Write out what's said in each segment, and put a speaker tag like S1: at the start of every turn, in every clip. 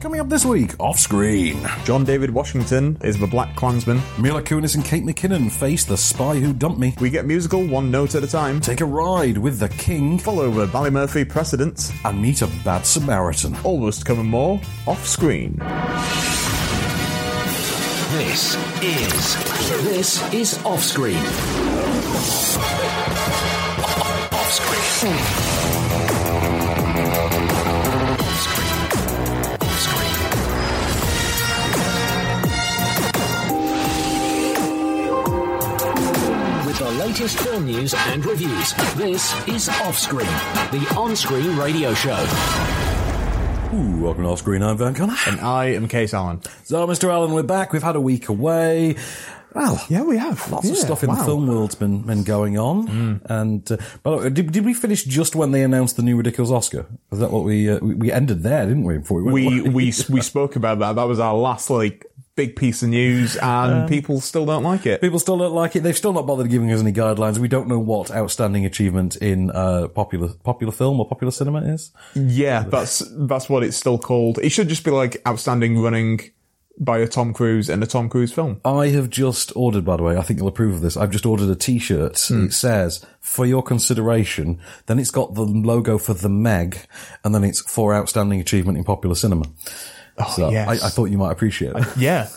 S1: Coming up this week, off screen,
S2: John David Washington is the Black Klansman.
S1: Mila Kunis and Kate McKinnon face the spy who dumped me.
S2: We get musical one note at a time.
S1: Take a ride with the king
S2: Follow the Ballymurphy precedents.
S1: and meet a bad Samaritan.
S2: Almost cover more off screen.
S3: This is this is off screen. Off screen. Off screen. Off screen. With the latest film news and reviews, this is off screen, the on-screen radio show.
S1: Ooh, welcome to off screen. I'm Van Connor.
S2: And I am Case Allen.
S1: So, Mr. Allen, we're back. We've had a week away. Well,
S2: Yeah, we have.
S1: Lots of
S2: Yeah,
S1: stuff in the
S2: wow. Hmm.
S1: film world's been, been going on, and uh, by the way, did, did we finish just when they announced the new ridiculous Oscar? Is that what we uh, we, we ended there, didn't we? Before we went
S2: We
S1: away?
S2: we we spoke about that. That was our last like big piece of news, and people still don't like it.
S1: People still don't like it. They've still not bothered giving us any guidelines. We don't know what outstanding achievement in uh, popular popular film or popular cinema is.
S2: Yeah, that's that's what it's still called. It should just be like outstanding running by a Tom Cruise in a Tom Cruise film.
S1: I have just ordered, by the way, I think you'll approve of this. I've just ordered a t-shirt.
S2: Hmm.
S1: It says, for your consideration. Then it's got the logo for the Meg and then it's for outstanding achievement in popular cinema. so
S2: Oh, yes.
S1: I, I thought you might appreciate it.
S2: Yeah,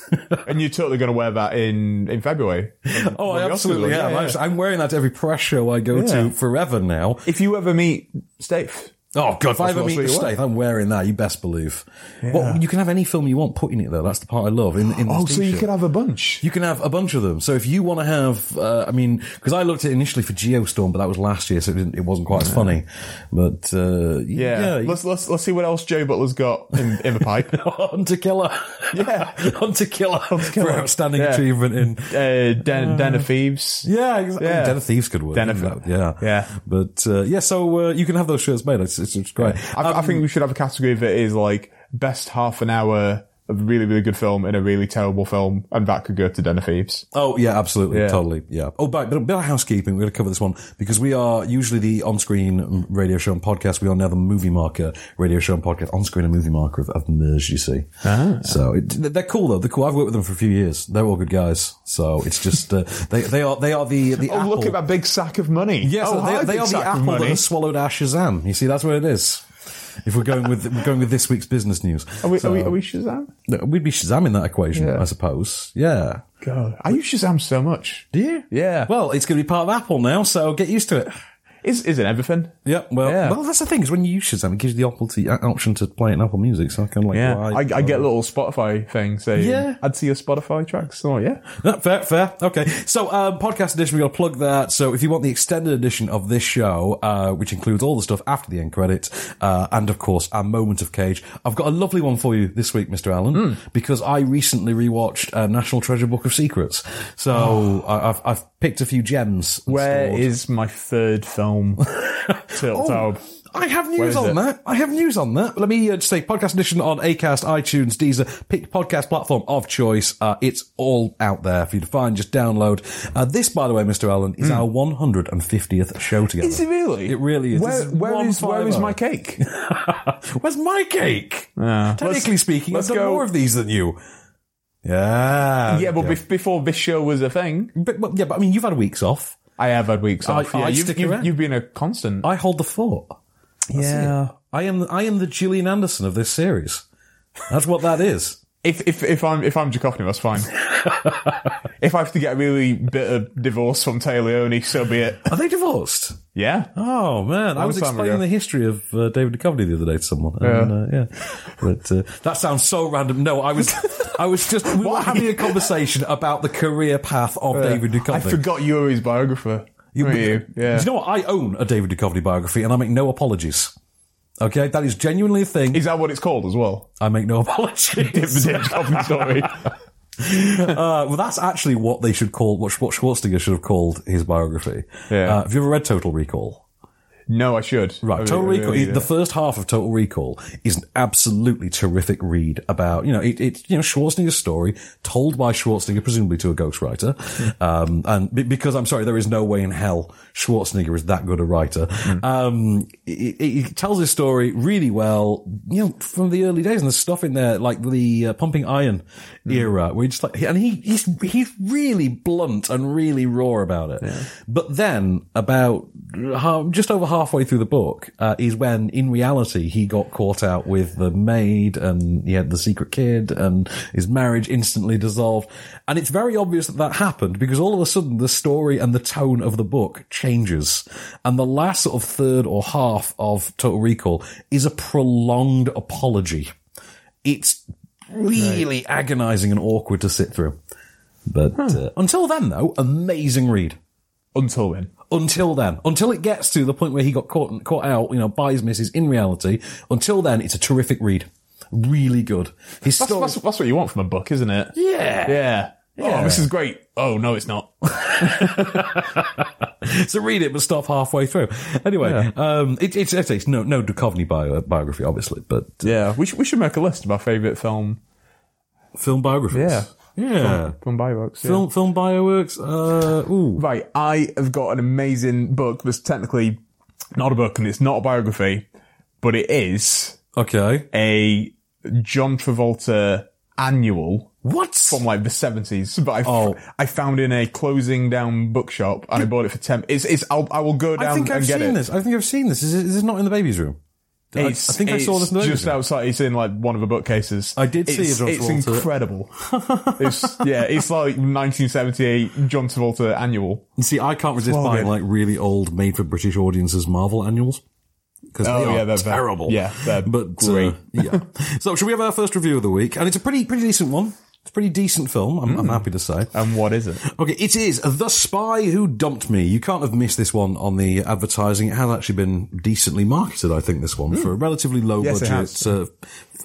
S2: and you're totally going to wear that in in February.
S1: Oh,
S2: Well,
S1: I
S2: the Oscars
S1: absolutely
S2: one,
S1: am.
S2: yeah,
S1: I'm
S2: yeah.
S1: just- I'm wearing that to every press show I go
S2: Yeah.
S1: to forever now.
S2: If you ever meet Stave,
S1: Oh god, if I
S2: That's
S1: ever
S2: what
S1: meet
S2: I
S1: the
S2: thought you were.
S1: Stath, I'm wearing that. You best believe. Well, you can have any film you want put in it though. That's the part I love. In, in this
S2: oh, so you
S1: t-shirt.
S2: could have a bunch.
S1: You can have a bunch of them. So if you want to have, uh, I mean, because I looked at it initially for Geostorm, but that was last year, so it, didn't, it wasn't quite as funny. But uh,
S2: Yeah,
S1: yeah, you-
S2: let's let's let's see what else Joe Butler's got in, in the pipe. Uh,
S1: Hunter Killer,
S2: Yeah.
S1: Hunter Killer for
S2: Killer.
S1: outstanding
S2: Yeah.
S1: achievement in
S2: uh, Den, Den of Thieves.
S1: Yeah, exactly.
S2: Yeah.
S1: Den of Thieves could work.
S2: Den of-
S1: in fact, yeah,
S2: yeah.
S1: But uh, yeah, so uh, you can have those shirts made. It's, it's, it's great. Um,
S2: I, I think we should have a category that is like best half an hour of really really good film in a really terrible film, and that could go to Den of Thieves.
S1: Oh yeah, absolutely,
S2: Yeah.
S1: totally, yeah. Oh, but but a bit of housekeeping. We're going to cover this one because we are usually the on-screen radio show and podcast. We are now the movie marker radio show and podcast on-screen and movie marker of, of merged. You see,
S2: Ah.
S1: so it, they're cool though. They're cool. I've worked with them for a few years. They're all good guys. So it's just uh, they they are they are the the
S2: Oh,
S1: apple.
S2: look at that big sack of money!
S1: Yeah, so
S2: oh,
S1: they,
S2: hi,
S1: they
S2: big
S1: are the
S2: sack of
S1: apple that
S2: money.
S1: has swallowed our Shazam. You see, that's where it is. If we're going with we're going with this week's business news,
S2: Are we,
S1: So-
S2: are, we, are we Shazam?
S1: we'd be Shazam in that equation,
S2: Yeah.
S1: I suppose. Yeah.
S2: God, I use Shazam so much.
S1: Do you?
S2: Yeah.
S1: Well, it's going to be part of Apple now, so get used to it.
S2: Is is it everything?
S1: Yeah, well,
S2: Yeah.
S1: well, that's the thing is when you use Shazam, it gives you the Apple to, option to play it in Apple Music. So I can like, why-
S2: I, I get little Spotify thing saying,
S1: Yeah.
S2: "Add to your Spotify tracks." Oh yeah,
S1: No, fair, fair. Okay. So, um, podcast edition, we're going to plug that. So, if you want the extended edition of this show, uh, which includes all the stuff after the end credits, uh, and of course, our moment of cage, I've got a lovely one for you this week, Mr. Allen, because I recently rewatched uh, National Treasure Book of Secrets. So, I, I've, I've picked a few gems. and
S2: Where is
S1: stored.
S2: my third film? Tilt Tower.
S1: I have
S2: Where
S1: news
S2: is
S1: on
S2: it?
S1: that. I have news on that. Let me uh, just say, podcast edition on Acast, iTunes, Deezer, pick podcast platform of choice. Uh, it's all out there for you to find. Just download. Uh, this, by the way, Mr. Allen, is our 150th show together.
S2: Hmm. Is it really?
S1: It really is. This
S2: Where,
S1: is
S2: where
S1: one
S2: is where
S1: five
S2: is
S1: oh.
S2: my cake?
S1: Where's my cake? Technically
S2: Let's-
S1: speaking,
S2: let's
S1: I've done
S2: go-
S1: more of these than you. Yeah.
S2: yeah, but
S1: Okay.
S2: bef- before this show was a thing,
S1: but, but yeah, but I mean, you've had weeks off.
S2: I have had weeks
S1: I-
S2: off. yeah,
S1: I
S2: you've,
S1: stick
S2: you've-
S1: around.
S2: you've been a constant.
S1: I hold the fort. That's it. I am. I am the Gillian Anderson of this series. That's what that is.
S2: If if if I'm if I'm Jakovny, that's fine. if I have to get a really bitter divorce from Taylor Leone, so be it.
S1: Are they divorced?
S2: Yeah.
S1: Oh man, I
S2: Long
S1: was
S2: time
S1: explaining
S2: ago.
S1: the history of uh, David Duchovny the other day to someone. And, yeah, uh, yeah. But uh, that sounds so random. No, I was, I was just we were
S2: Why?
S1: having a conversation about the career path of David Duchovny.
S2: I forgot you were his biographer. You,
S1: but-
S2: you? Yeah.
S1: Do you know what? I own a David Duchovny biography, and I make no apologies. Okay, that is genuinely a thing.
S2: is that what it's called as well?
S1: I make no apologies.
S2: David Duchovny, sorry.
S1: Uh, well, that's actually what they should call what, Schwar- what Schwarzenegger should have called his biography.
S2: Yeah.
S1: Uh, have you ever read Total Recall?
S2: No, I should. Oh,
S1: Right,
S2: I
S1: Total
S2: really- I
S1: Recall.
S2: really
S1: the
S2: do.
S1: first half of Total Recall is an absolutely terrific read about you know it, it you know Schwarzenegger's story told by Schwarzenegger presumably to a ghostwriter, um, and be- because I'm sorry there is no way in hell Schwarzenegger is that good a writer. Um, it, it, it tells his story really well, you know, from the early days and there's stuff in there like the uh, Pumping Iron era where you just like and he he's he's really blunt and really raw about it. But then about ha- just over halfway through the book uh, is when, in reality, he got caught out with the maid and he had the secret kid and his marriage instantly dissolved. And it's very obvious that that happened because all of a sudden the story and the tone of the book changes. And the last sort of third or half of Total Recall is a prolonged apology. It's really agonizing and awkward to sit through. But uh, until then, though, amazing read
S2: until then.
S1: until then, until it gets to the point where he got caught caught out, you know, by his missus in reality. Until then, it's a terrific read, really good. His
S2: That's,
S1: story,
S2: that's, that's what you want from a book, isn't it?
S1: yeah.
S2: Yeah.
S1: Yeah.
S2: Oh, this is great. Oh no, it's not.
S1: So read it, but stop halfway through. Anyway, um, it, it's it's it's no no Duchovny bio, biography, obviously, but
S2: Yeah, we should we should make a list of our favorite film
S1: uh, film biographies.
S2: Yeah.
S1: yeah.
S2: film bioworks. yeah.
S1: Film film bioworks. Uh, ooh,
S2: Right, I have got an amazing book that's technically not a book and it's not a biography, but it is
S1: okay.
S2: a John Travolta annual
S1: What?
S2: from like the seventies. But I, f-
S1: Oh.
S2: I found in a closing down bookshop and I bought it for ten. It's it's I'll, I will go down
S1: I think
S2: and
S1: I've
S2: get
S1: seen
S2: it.
S1: this. I think I've seen this. Is, it, is this not in the baby's room? I-
S2: It's,
S1: I think I saw
S2: it's
S1: this in the baby's
S2: just
S1: room.
S2: outside. It's in like one of the bookcases.
S1: I did see
S2: it's,
S1: a John
S2: It's
S1: Travolta.
S2: incredible. it's, yeah, it's like 1978 John Travolta annual.
S1: See, I can't resist
S2: well
S1: buying
S2: good.
S1: like really old, made for British audiences Marvel annuals because
S2: Oh,
S1: they are
S2: yeah, they're- they're-
S1: terrible.
S2: yeah, they're
S1: but uh,
S2: great.
S1: yeah. So, should we have our first review of the week? And it's a pretty, pretty decent one. It's a pretty decent film. I'm,
S2: Hmm.
S1: I'm happy to say.
S2: And what is it?
S1: Okay, it is The Spy Who Dumped Me. You can't have missed this one on the advertising. It has actually been decently marketed, I think, this one, for a relatively low
S2: Hmm. Yes, it
S1: budget, uh,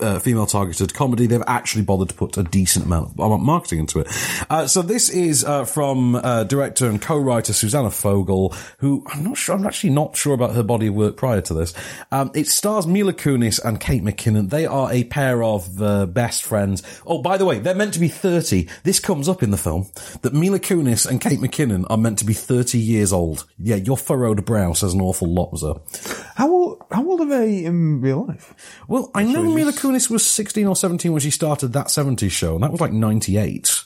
S1: uh, female targeted comedy. They've actually bothered to put a decent amount of marketing into it. Uh, so this is uh, from uh, director and co-writer Susanna Fogel, who I'm not sure, I'm actually not sure about her body of work prior to this. Um, it stars Mila Kunis and Kate McKinnon. They are a pair of uh, best friends. Oh, by the way, they're meant to be 30. This comes up in the film that Mila Kunis and Kate McKinnon are meant to be 30 years old. Yeah, your furrowed brow says an awful lot, sir.
S2: How old, how old are they in real life?
S1: Well, I know Mila Kunis was 16 or 17 when she started that 70s show, and that was like 98.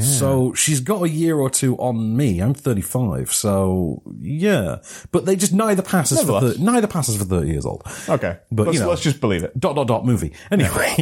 S1: So she's got a year or two on me. I'm 35, so yeah. But they just neither passes for
S2: Nevertheless.
S1: thir- neither passes for 30 years old.
S2: Okay.
S1: but
S2: let's,
S1: you know,
S2: let's just believe it.
S1: dot dot dot movie. Anyway,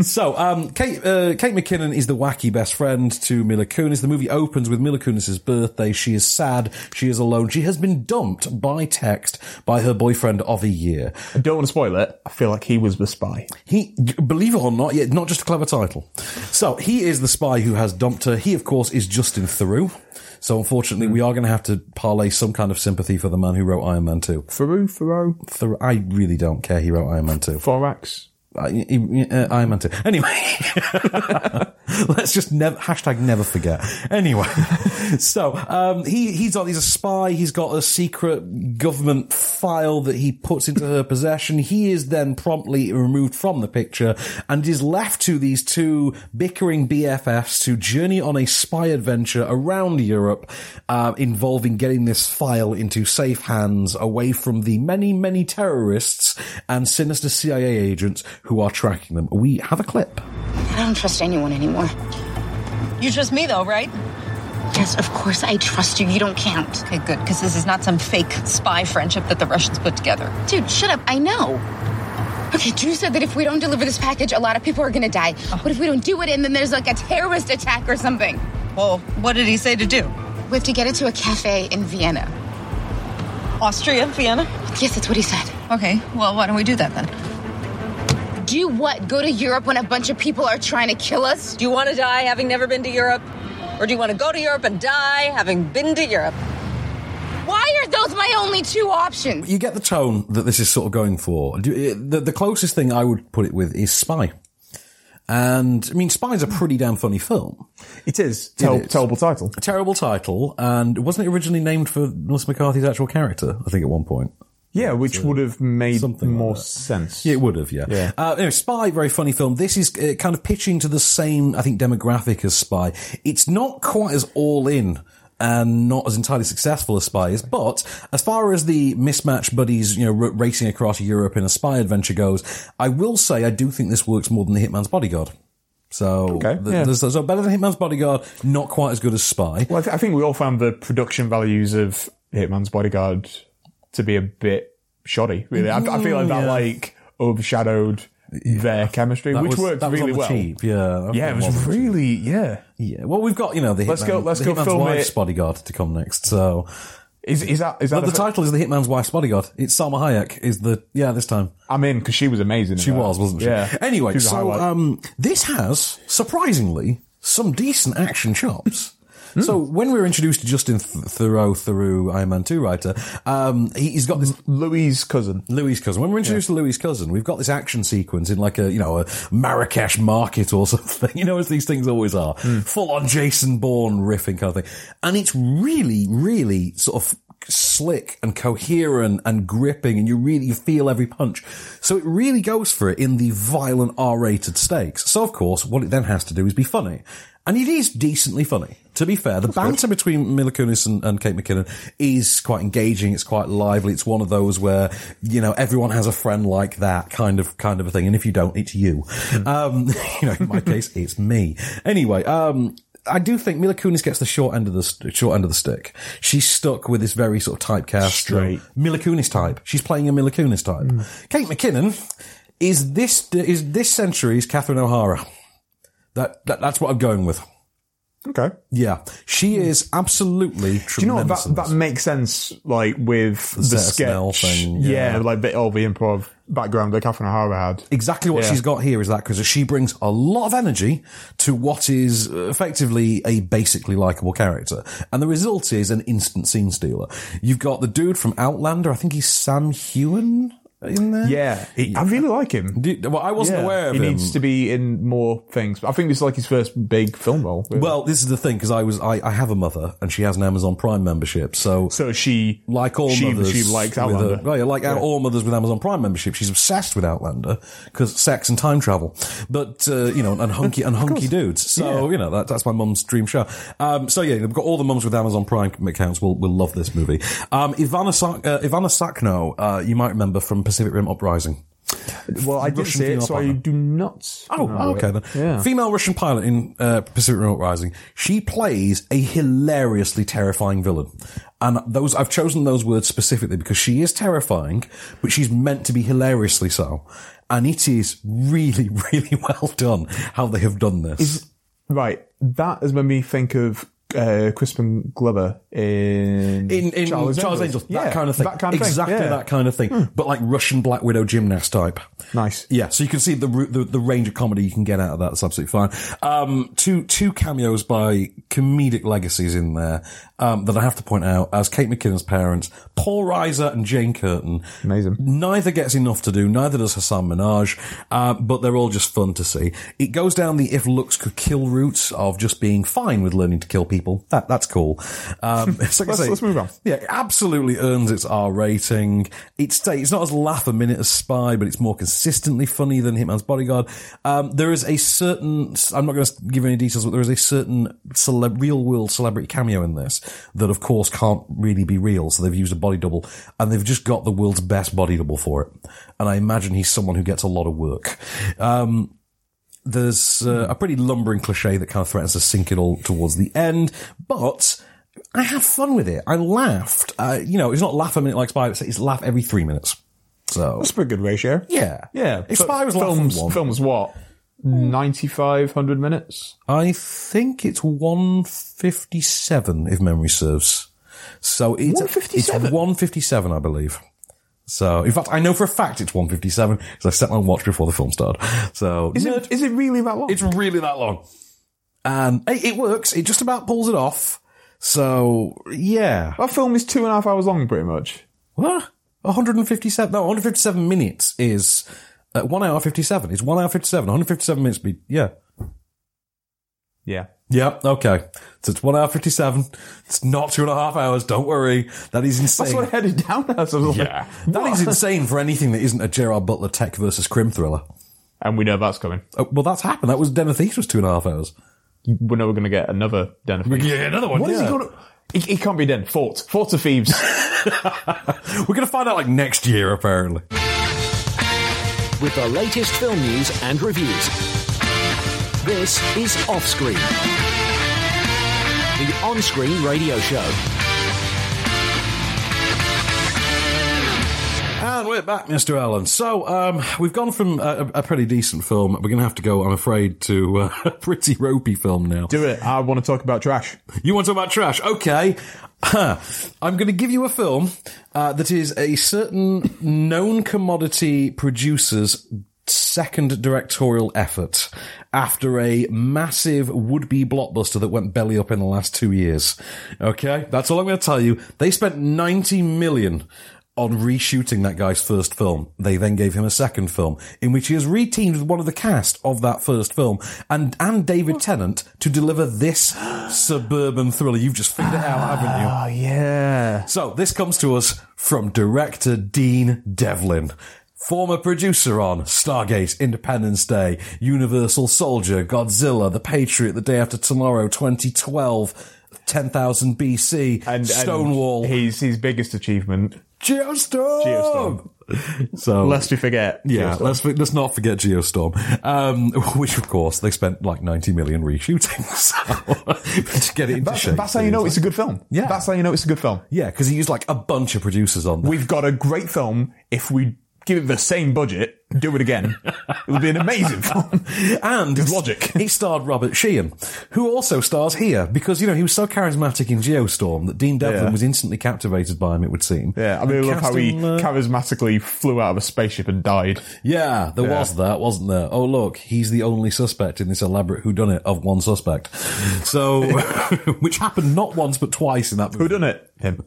S1: so um, Kate uh, Kate McKinnon is the wacky best friend to Mila Kunis. The movie opens with Mila Kunis's birthday. She is sad. She is alone. She has been dumped by text by her boyfriend of a year.
S2: I don't want to spoil it. I feel like he was the spy.
S1: He, believe it or not, yeah, not just a clever title. So he is the spy who has dumped her. He, of course, is Justin Theroux. So unfortunately, we are going to have to parlay some kind of sympathy for the man who wrote Iron Man Two.
S2: Faru, Faro,
S1: Theroux, I really don't care. He wrote Iron Man Two.
S2: Thorax.
S1: I, I- uh, Iron Man 2. Anyway, let's just never, hashtag never forget. Anyway, so, um, he, he's on, he's a spy. He's got a secret government file that he puts into her possession. He is then promptly removed from the picture and is left to these two bickering BFFs to journey on a spy adventure around Europe, uh, involving getting this file into safe hands away from the many, many terrorists and sinister CIA agents who are tracking them. We have a clip.
S4: I don't trust anyone anymore.
S5: You trust me though, right?
S4: Yes, of course I trust you. You don't count.
S5: Okay, good, because this is not some fake spy friendship that the Russians put together.
S4: Dude, shut up. I know. Okay, Drew said that if we don't deliver this package, a lot of people are gonna die.
S5: Oh.
S4: What if we don't do it and then there's like a terrorist attack or something?
S5: Well, Oh, what did he say to do?
S4: We have to get it to a cafe in Vienna.
S5: Austria, Vienna?
S4: Yes, that's what he said.
S5: Okay, well, why don't we do that then?
S4: Do what? Go to Europe when a bunch of people are trying to kill us?
S5: Do you want to die having never been to Europe? Or do you want to go to Europe and die having been to Europe?
S4: Why are those my only two options?
S1: You get the tone that this is sort of going for. Do- it- The, the closest thing I would put it with is Spy. And, I mean, Spy's a pretty damn funny film.
S2: It is. Ter-
S1: is.
S2: Terrible title.
S1: Terrible title, and wasn't it originally named for Melissa McCarthy's actual character, I think, at one point?
S2: Yeah, which would have made
S1: something like
S2: more
S1: that.
S2: sense.
S1: It would have, yeah.
S2: Yeah.
S1: Uh, anyway, Spy, very funny film. This is uh, kind of pitching to the same, I think, demographic as Spy. It's not quite as all in and not as entirely successful as Spy is, but as far as the mismatched buddies, you know, r- racing across Europe in a spy adventure goes, I will say I do think this works more than The Hitman's Bodyguard. So,
S2: Okay,
S1: th-
S2: yeah.
S1: th- so better than Hitman's Bodyguard, not quite as good as Spy.
S2: Well, I, th- I think we all found the production values of Hitman's Bodyguard to be a bit shoddy, really. I, I feel like that,
S1: Yeah.
S2: like, overshadowed their chemistry,
S1: That
S2: which
S1: was-
S2: worked
S1: that was on
S2: really
S1: the
S2: well.
S1: cheap, yeah. That
S2: Yeah, it
S1: on the
S2: was
S1: cheap.
S2: really, yeah.
S1: Yeah. Well, we've got you know the
S2: Let's
S1: hitman,
S2: go- let's
S1: the
S2: go
S1: hitman's
S2: film
S1: wife's
S2: it.
S1: bodyguard to come next. So
S2: Is, is that, is that
S1: But the
S2: a-
S1: title is the hitman's wife's bodyguard. It's Salma Hayek. Is the yeah this time
S2: I'm in because she was amazing. in
S1: she
S2: that.
S1: was wasn't she?
S2: Yeah.
S1: Anyway,
S2: She was a
S1: so
S2: highlight.
S1: um, this has surprisingly some decent action chops. So when we were introduced to Justin Th- Thoreau through Iron Man Two writer, um, he, he's got this
S2: Louis' cousin.
S1: Louis' cousin. When we're introduced to Louis' cousin, we've got this action sequence in like a, you know, a Marrakesh market or something. You know, as these things always are. Full on Jason Bourne riffing kind of thing. And it's really, really sort of slick and coherent and gripping and you really feel every punch. So it really goes for it in the violent R-rated stakes. So of course, what it then has to do is be funny. And it is decently funny. To be fair, the banter between Mila Kunis and, and Kate McKinnon is quite engaging. It's quite lively. It's one of those where you know everyone has a friend like that kind of kind of a thing. And if you don't, it's you. Um, you know, in my case, it's me. Anyway, um, I do think Mila Kunis gets the short end of the st- short end of the stick. She's stuck with this very sort of typecast, um,
S2: Straight.
S1: Mila Kunis type. She's playing a Mila Kunis type. Kate McKinnon is this is this century's Catherine O'Hara. That, that that's what I'm going with.
S2: Okay.
S1: Yeah, she is absolutely tremendous.
S2: Do you know what, that
S1: in
S2: that
S1: this.
S2: makes sense? Like with the,
S1: Zeta Snell
S2: sketch,
S1: thing,
S2: yeah.
S1: yeah.
S2: like bit all the improv background that Catherine O'Hara had.
S1: Exactly what
S2: Yeah.
S1: she's got here is that because she brings a lot of energy to what is uh, effectively a basically likable character, and the result is an instant scene stealer. You've got the dude from Outlander, I think he's Sam Hewen in there.
S2: Yeah, I really like him.
S1: Do- well, I wasn't
S2: Yeah.
S1: aware of
S2: he
S1: him.
S2: needs to be in more things. I think this is like his first big film role. really.
S1: well, this is the thing because I was I, I have a mother and she has an Amazon Prime membership, so
S2: so she
S1: like all
S2: she,
S1: mothers,
S2: she likes
S1: with
S2: Outlander.
S1: A, well, yeah, like our- all mothers with Amazon Prime membership, she's obsessed with Outlander because sex and time travel. But uh, you know, and hunky and hunky dudes. So you know, that, that's my mum's dream show. Um, so yeah, we've got all the mums with Amazon Prime accounts. Will will love this movie. Um, Ivana Sak- uh, Ivana Sakno, uh, you might remember from Pacific Rim Uprising.
S2: Well, I did
S1: Russian
S2: see it,
S1: female
S2: so I
S1: partner.
S2: do not.
S1: Oh,
S2: know
S1: okay
S2: it.
S1: then.
S2: Yeah.
S1: Female Russian pilot in uh, Pacific Rim Uprising. She plays a hilariously terrifying villain, and those I've chosen those words specifically because she is terrifying, but she's meant to be hilariously so, and it is really, really well done how they have done this.
S2: Right, that has made me think of uh, Crispin Glover in
S1: in, in Charles, Angels, that
S2: Yeah,
S1: kind of thing,
S2: That kind of
S1: exactly
S2: thing. yeah.
S1: that kind of thing, but like Russian Black Widow gymnast type.
S2: Nice.
S1: Yeah, so you can see the, ru- the the range of comedy you can get out of that. It's absolutely fine. Um, two two cameos by comedic legacies in there um, that I have to point out as Kate McKinnon's parents, Paul Reiser and Jane Curtin.
S2: Amazing.
S1: Neither gets enough to do. Neither does Hassan Minaj. Uh, but they're all just fun to see. It goes down the if looks could kill route of just being fine with learning to kill people. That that's cool. Um, it's like I
S2: Let's-
S1: say-
S2: let's move on.
S1: yeah, it absolutely earns its R rating. It's it's not as laugh a minute as Spy, but it's more consistently funny than Hitman's Bodyguard. Um, there is a certain I'm not going to give any details, but there is a certain cele- real world celebrity cameo in this that, of course, can't really be real. So they've used a body double, and they've just got the world's best body double for it. And I imagine he's someone who gets a lot of work. Um, there's uh, a pretty lumbering cliche that kind of threatens to sink it all towards the end, but I had fun with it. I laughed. Uh, you know, it's not laugh a minute like Spy, but it's laugh every three minutes. So
S2: That's a pretty good ratio.
S1: yeah,
S2: Yeah.
S1: If
S2: Fi-
S1: Spy was
S2: films,
S1: films, one,
S2: films what? 95, 100 minutes?
S1: I think it's one fifty seven if memory serves. So it's
S2: 157?
S1: It's one fifty seven, I believe. So, in fact, I know for a fact it's 157 because I set my watch before the film started. So,
S2: Is
S1: nerd.
S2: it, is it really that long?
S1: It's really that long. And it, it works. It just about pulls it off. So, yeah.
S2: that film is two and a half hours long, pretty much.
S1: What? 157, no, 157 minutes is uh, 1 hour 57. It's 1 hour 57. 157 minutes be, yeah.
S2: Yeah.
S1: Yep. Okay. So it's one hour fifty-seven. It's not two and a half hours. Don't worry. That is insane.
S2: That's what I headed down as. I was
S1: yeah.
S2: like,
S1: That is insane for anything that isn't a Gerard Butler tech versus crim thriller.
S2: and we know that's coming.
S1: Oh, well, that's happened. That was Den of Thieves was two and a half hours.
S2: We know we're going to get another den of thieves.
S1: Yeah, another one.
S2: What is
S1: yeah.
S2: he going to? It, it can't be den. Fort. Fort of thieves.
S1: We're going to find out like next year, apparently.
S3: with the latest film news and reviews. This is Offscreen, the on screen radio show.
S1: And we're back, Mr. Allen. So, um, we've gone from a, a pretty decent film. We're going to have to go, I'm afraid, to uh, a pretty ropey film now.
S2: Do it. I want to talk about trash.
S1: You want to talk about trash? Okay. Huh. I'm going to give you a film uh, that is a certain known commodity producer's second directorial effort after a massive would-be blockbuster that went belly up in the last two years. Okay, that's all I'm going to tell you. They spent 90 million on reshooting that guy's first film. They then gave him a second film in which he has reteamed with one of the cast of that first film and, and David Tennant to deliver this suburban thriller. You've just figured it out, haven't you?
S2: Oh yeah.
S1: So this comes to us from director Dean Devlin. Former producer on Stargate, Independence Day, Universal Soldier, Godzilla, The Patriot, The Day After Tomorrow, 2012, 10,000 BC,
S2: And and
S1: Stonewall,
S2: his his biggest achievement. Oh.
S1: Geostorm. So
S2: Lest we forget.
S1: yeah,
S2: Geostorm.
S1: let's let's not forget Geostorm, um, which of course they spent like ninety million reshooting so, to get it into
S2: That's,
S1: shape.
S2: that's how you know it's a good film.
S1: Yeah.
S2: That's how you know it's a good film.
S1: yeah, because he used like a bunch of producers on. That.
S2: We've got a great film. If we give it the same budget, do it again, it'll be an amazing film.
S1: and
S2: Good logic.
S1: He starred Robert Sheehan, who also stars here because you know he was so charismatic in Geostorm that Dean Devlin
S2: Yeah.
S1: was instantly captivated by him. It would seem.
S2: Yeah, I mean,
S1: And
S2: look how
S1: cast
S2: he
S1: him, uh,
S2: charismatically flew out of a spaceship and died.
S1: Yeah, there
S2: Yeah.
S1: was that, wasn't there? Oh look, he's the only suspect in this elaborate whodunit of one suspect. So, which happened not once but twice in that movie.
S2: Who done it? Him.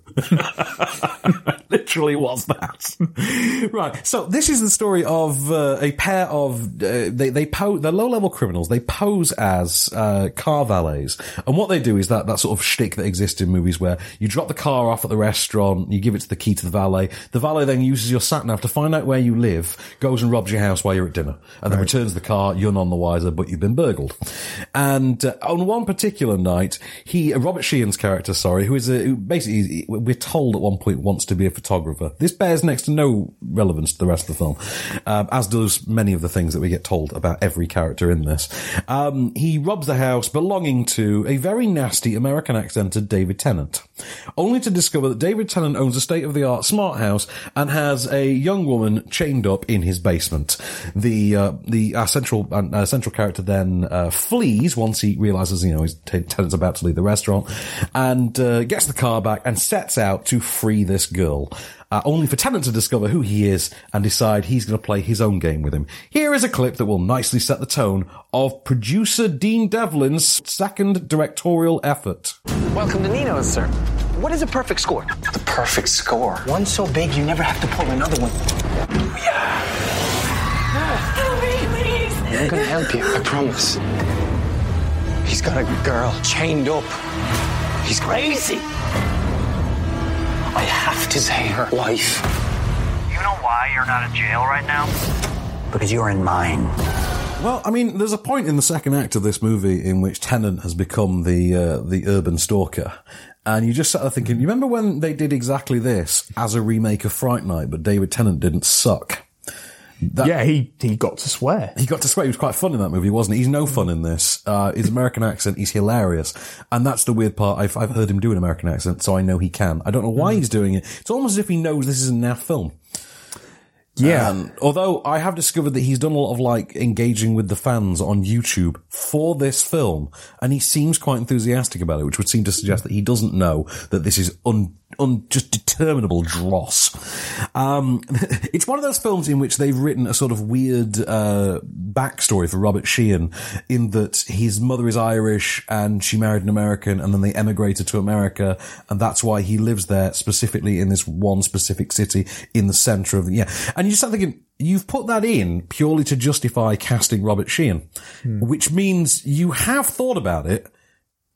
S1: literally was that. right. So this is the story of uh, a pair of uh, they they pose they're low level criminals. They pose as uh, car valets, and what they do is that that sort of shtick that exists in movies where you drop the car off at the restaurant, you give it to the key to the valet. The valet then uses your sat nav to find out where you live, goes and robs your house while you're at dinner, and then returns the car. You're none the wiser, but you've been burgled. And uh, on one particular night, he Robert Sheehan's character, sorry, who is a who basically he- we're told at one point wants to be a photographer. This bears next to no relevance to the rest of the film, um, as does many of the things that we get told about every character in this. Um, he robs the house belonging to a very nasty American accented David Tennant, only to discover that David Tennant owns a state of the art smart house and has a young woman chained up in his basement. The uh, the our central uh, central character then uh, flees once he realizes you know his t- tenant's about to leave the restaurant, and uh, gets the car back and sets out to free this girl. Uh, only for Tennant to discover who he is and decide he's going to play his own game with him. Here is a clip that will nicely set the tone of producer Dean Devlin's second directorial effort.
S6: Welcome to Nino's, sir.
S7: What is a perfect score?
S6: The perfect score.
S7: One so big you never have to pull another one.
S8: Help me, please.
S7: I'm gonna help you, I promise. He's got a girl chained up. He's crazy. I have to save her life
S9: You know why you're not in jail right now?
S7: because you're in mine.
S1: Well, I mean, there's a point in the second act of this movie in which Tennant has become the uh, the urban stalker, and you just sat there thinking, you remember when they did exactly this as a remake of Fright Night, but David Tennant didn't suck.
S2: Yeah, he he got to swear.
S1: He got to swear. He was quite fun in that movie, wasn't he? He's no fun in this. Uh, his American accent, he's hilarious, and that's the weird part. I've I've heard him do an American accent, so I know he can. I don't know why he's doing it. It's almost as if he knows this is a naff film.
S2: Yeah,
S1: Um, although I have discovered that he's done a lot of like engaging with the fans on YouTube for this film, and he seems quite enthusiastic about it, which would seem to suggest that he doesn't know that this is un, un just determinable dross. Um, it's one of those films in which they've written a sort of weird uh, backstory for Robert Sheehan, in that his mother is Irish and she married an American, and then they emigrated to America, and that's why he lives there specifically in this one specific city in the center of the, yeah. And you start thinking, you've put that in purely to justify casting Robert Sheehan, which means you have thought about it.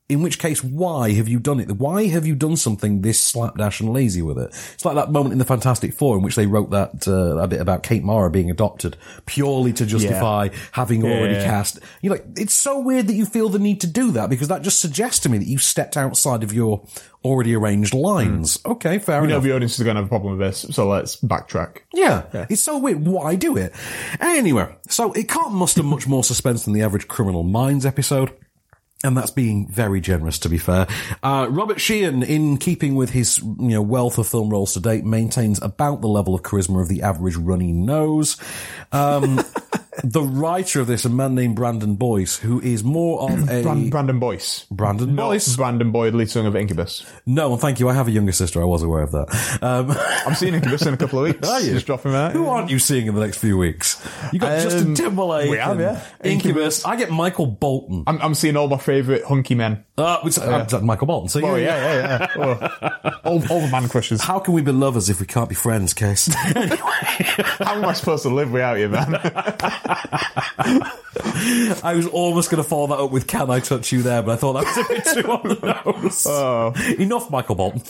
S1: In which case, why have you done it? Why have you done something this slapdash and lazy with it? It's like that moment in the Fantastic Four in which they wrote that uh, a bit about Kate Mara being adopted purely to justify having already
S2: yeah.
S1: cast. You're like, it's so weird that you feel the need to do that because that just suggests to me that you've stepped outside of your already arranged lines. Okay, fair
S2: Hmm. You know
S1: enough.
S2: the audience is going to have a problem with this, so let's backtrack.
S1: Yeah. It's so weird. Why do it? Anyway, so it can't muster much more suspense than the average Criminal Minds episode. And that's being very generous, to be fair. Uh, Robert Sheehan, in keeping with his you know wealth of film roles to date, maintains about the level of charisma of the average runny nose. Um, the writer of this, a man named Brandon Boyce, who is more of a
S2: Brand- Brandon Boyce.
S1: Brandon
S2: Not
S1: Boyce.
S2: Brandon Boyd, lead singer of Incubus.
S1: No, and thank you. I have a younger sister. I was aware of that. Um,
S2: I've seen Incubus in a couple of weeks.
S1: Are you?
S2: Just dropping out.
S1: Who
S2: yeah.
S1: aren't you seeing in the next few weeks? You got Justin
S2: Um,
S1: Timberlake.
S2: we have,
S1: and
S2: yeah. Uh,
S1: Incubus. I get Michael Bolton.
S2: I'm, I'm seeing all my favourite hunky men.
S1: Uh, which, uh, is that Michael Bolton. So
S2: Oh,
S1: yeah,
S2: yeah, yeah, yeah. Oh, all, all the man crushes.
S1: How can we be lovers if we can't be friends, Case?
S2: How am I supposed to live without you, man?
S1: I was almost going to follow that up with "Can I touch you there?" but I thought that was a bit too on the nose.
S2: Oh.
S1: Enough, Michael Bolton.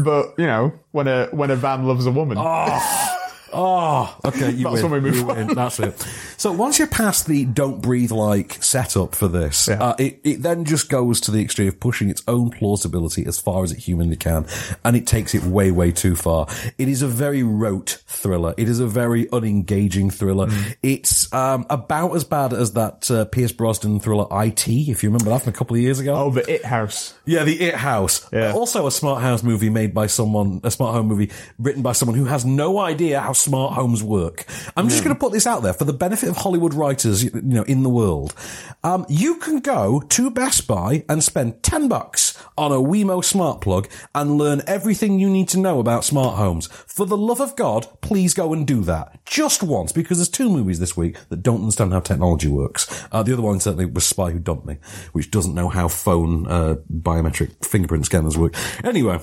S2: But, you know, when a when a van loves a woman.
S1: Oh, okay. You
S2: Oh. That's
S1: win.
S2: when we move
S1: you
S2: on.
S1: win. That's it. So once you're past the don't breathe like setup for this,
S2: Yeah.
S1: uh, it, it then just goes to the extreme of pushing its own plausibility as far as it humanly can. And it takes it way, way too far. It is a very rote thriller. It is a very unengaging thriller.
S2: Mm.
S1: It's, um, about as bad as that, uh, Pierce Brosnan thriller IT, if you remember that from a couple of years ago.
S2: Oh, the It House.
S1: Yeah, the It House.
S2: Yeah.
S1: Also a smart house movie made by someone, a smart home movie written by someone who has no idea how smart homes work. I'm just going to put this out there for the benefit of Hollywood writers, you know, in the world. Um, you can go to Best Buy and spend 10 bucks on a Wemo smart plug and learn everything you need to know about smart homes. For the love of God, please go and do that. Just once, because there's two movies this week that don't understand how technology works. Uh, the other one certainly was Spy Who Dumped Me, which doesn't know how phone uh, biometric fingerprint scanners work. Anyway,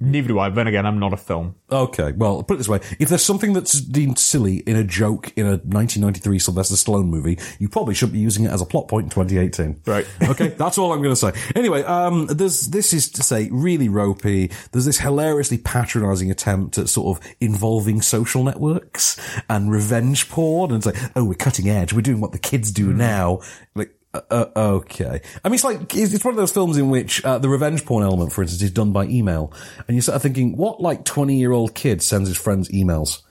S2: Neither do I. Then again, I'm not a film.
S1: okay, well, put it this way. If there's something that's deemed silly in a joke in a 1993 Sylvester Stallone movie, you probably shouldn't be using it as a plot point in 2018.
S2: Right.
S1: Okay, that's all I'm going to say. Anyway, um, there's this is to say really ropey. There's this hilariously patronising attempt at sort of involving social networks and revenge porn, and it's like, oh, we're cutting edge. We're doing what the kids do now. Like. Uh, uh, okay. I mean, it's like, it's, it's one of those films in which, uh, the revenge porn element, for instance, is done by email. And you're sort of thinking, what, like, 20 year old kid sends his friends emails?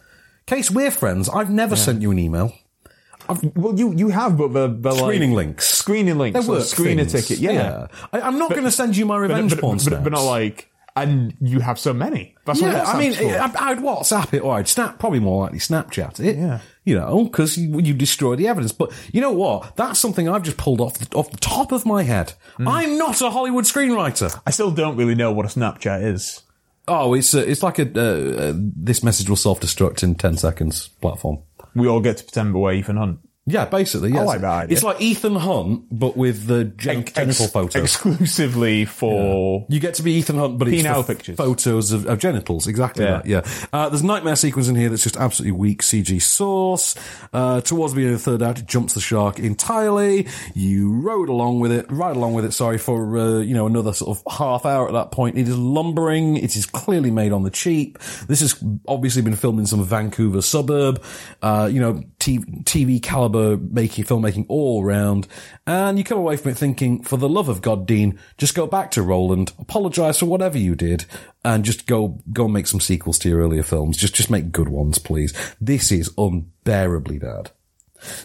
S1: Case, we're friends. I've never sent you an email.
S2: Well, you you have, but the, the
S1: Screening links.
S2: Screening links.
S1: They're
S2: so
S1: work
S2: screener
S1: things.
S2: ticket. Yeah.
S1: I, I'm not going to send you my revenge
S2: but,
S1: porn
S2: but, but,
S1: snaps.
S2: but not like, and you have so many. That's
S1: Yeah,
S2: what
S1: I mean,
S2: WhatsApp's for.
S1: I, I'd WhatsApp it or I'd snap, probably more likely Snapchat it.
S2: Yeah.
S1: You know, because you, you destroy the evidence. But you know what? That's something I've just pulled off the, off the top of my head.
S2: Mm.
S1: I'm not a Hollywood screenwriter.
S2: I still don't really know what a Snapchat is.
S1: Oh, it's uh, it's like a uh, uh, this message will self destruct in ten seconds platform.
S2: We all get to pretend we're Ethan Hunt.
S1: Yeah, basically. Yes.
S2: like that idea.
S1: It's like Ethan Hunt, but with the gen- genital
S2: Ex-
S1: photos.
S2: Exclusively for.
S1: You get to be Ethan Hunt, but it's
S2: Penile
S1: for
S2: pictures.
S1: photos of, of genitals. Exactly
S2: Yeah.
S1: that. Yeah. Uh, there's a nightmare sequence in here that's just absolutely weak CG source. Uh, towards the beginning of the third act, it jumps the shark entirely. You rode along with it, ride along with it. Sorry for uh, you know another sort of half hour at that point. It is lumbering. It is clearly made on the cheap. This has obviously been filmed in some Vancouver suburb. Uh, you know, T- TV caliber making filmmaking all around. And you come away from it thinking, for the love of God, Dean, just go back to Roland, apologize for whatever you did, and just go go and make some sequels to your earlier films. Just just make good ones, please. This is unbearably bad.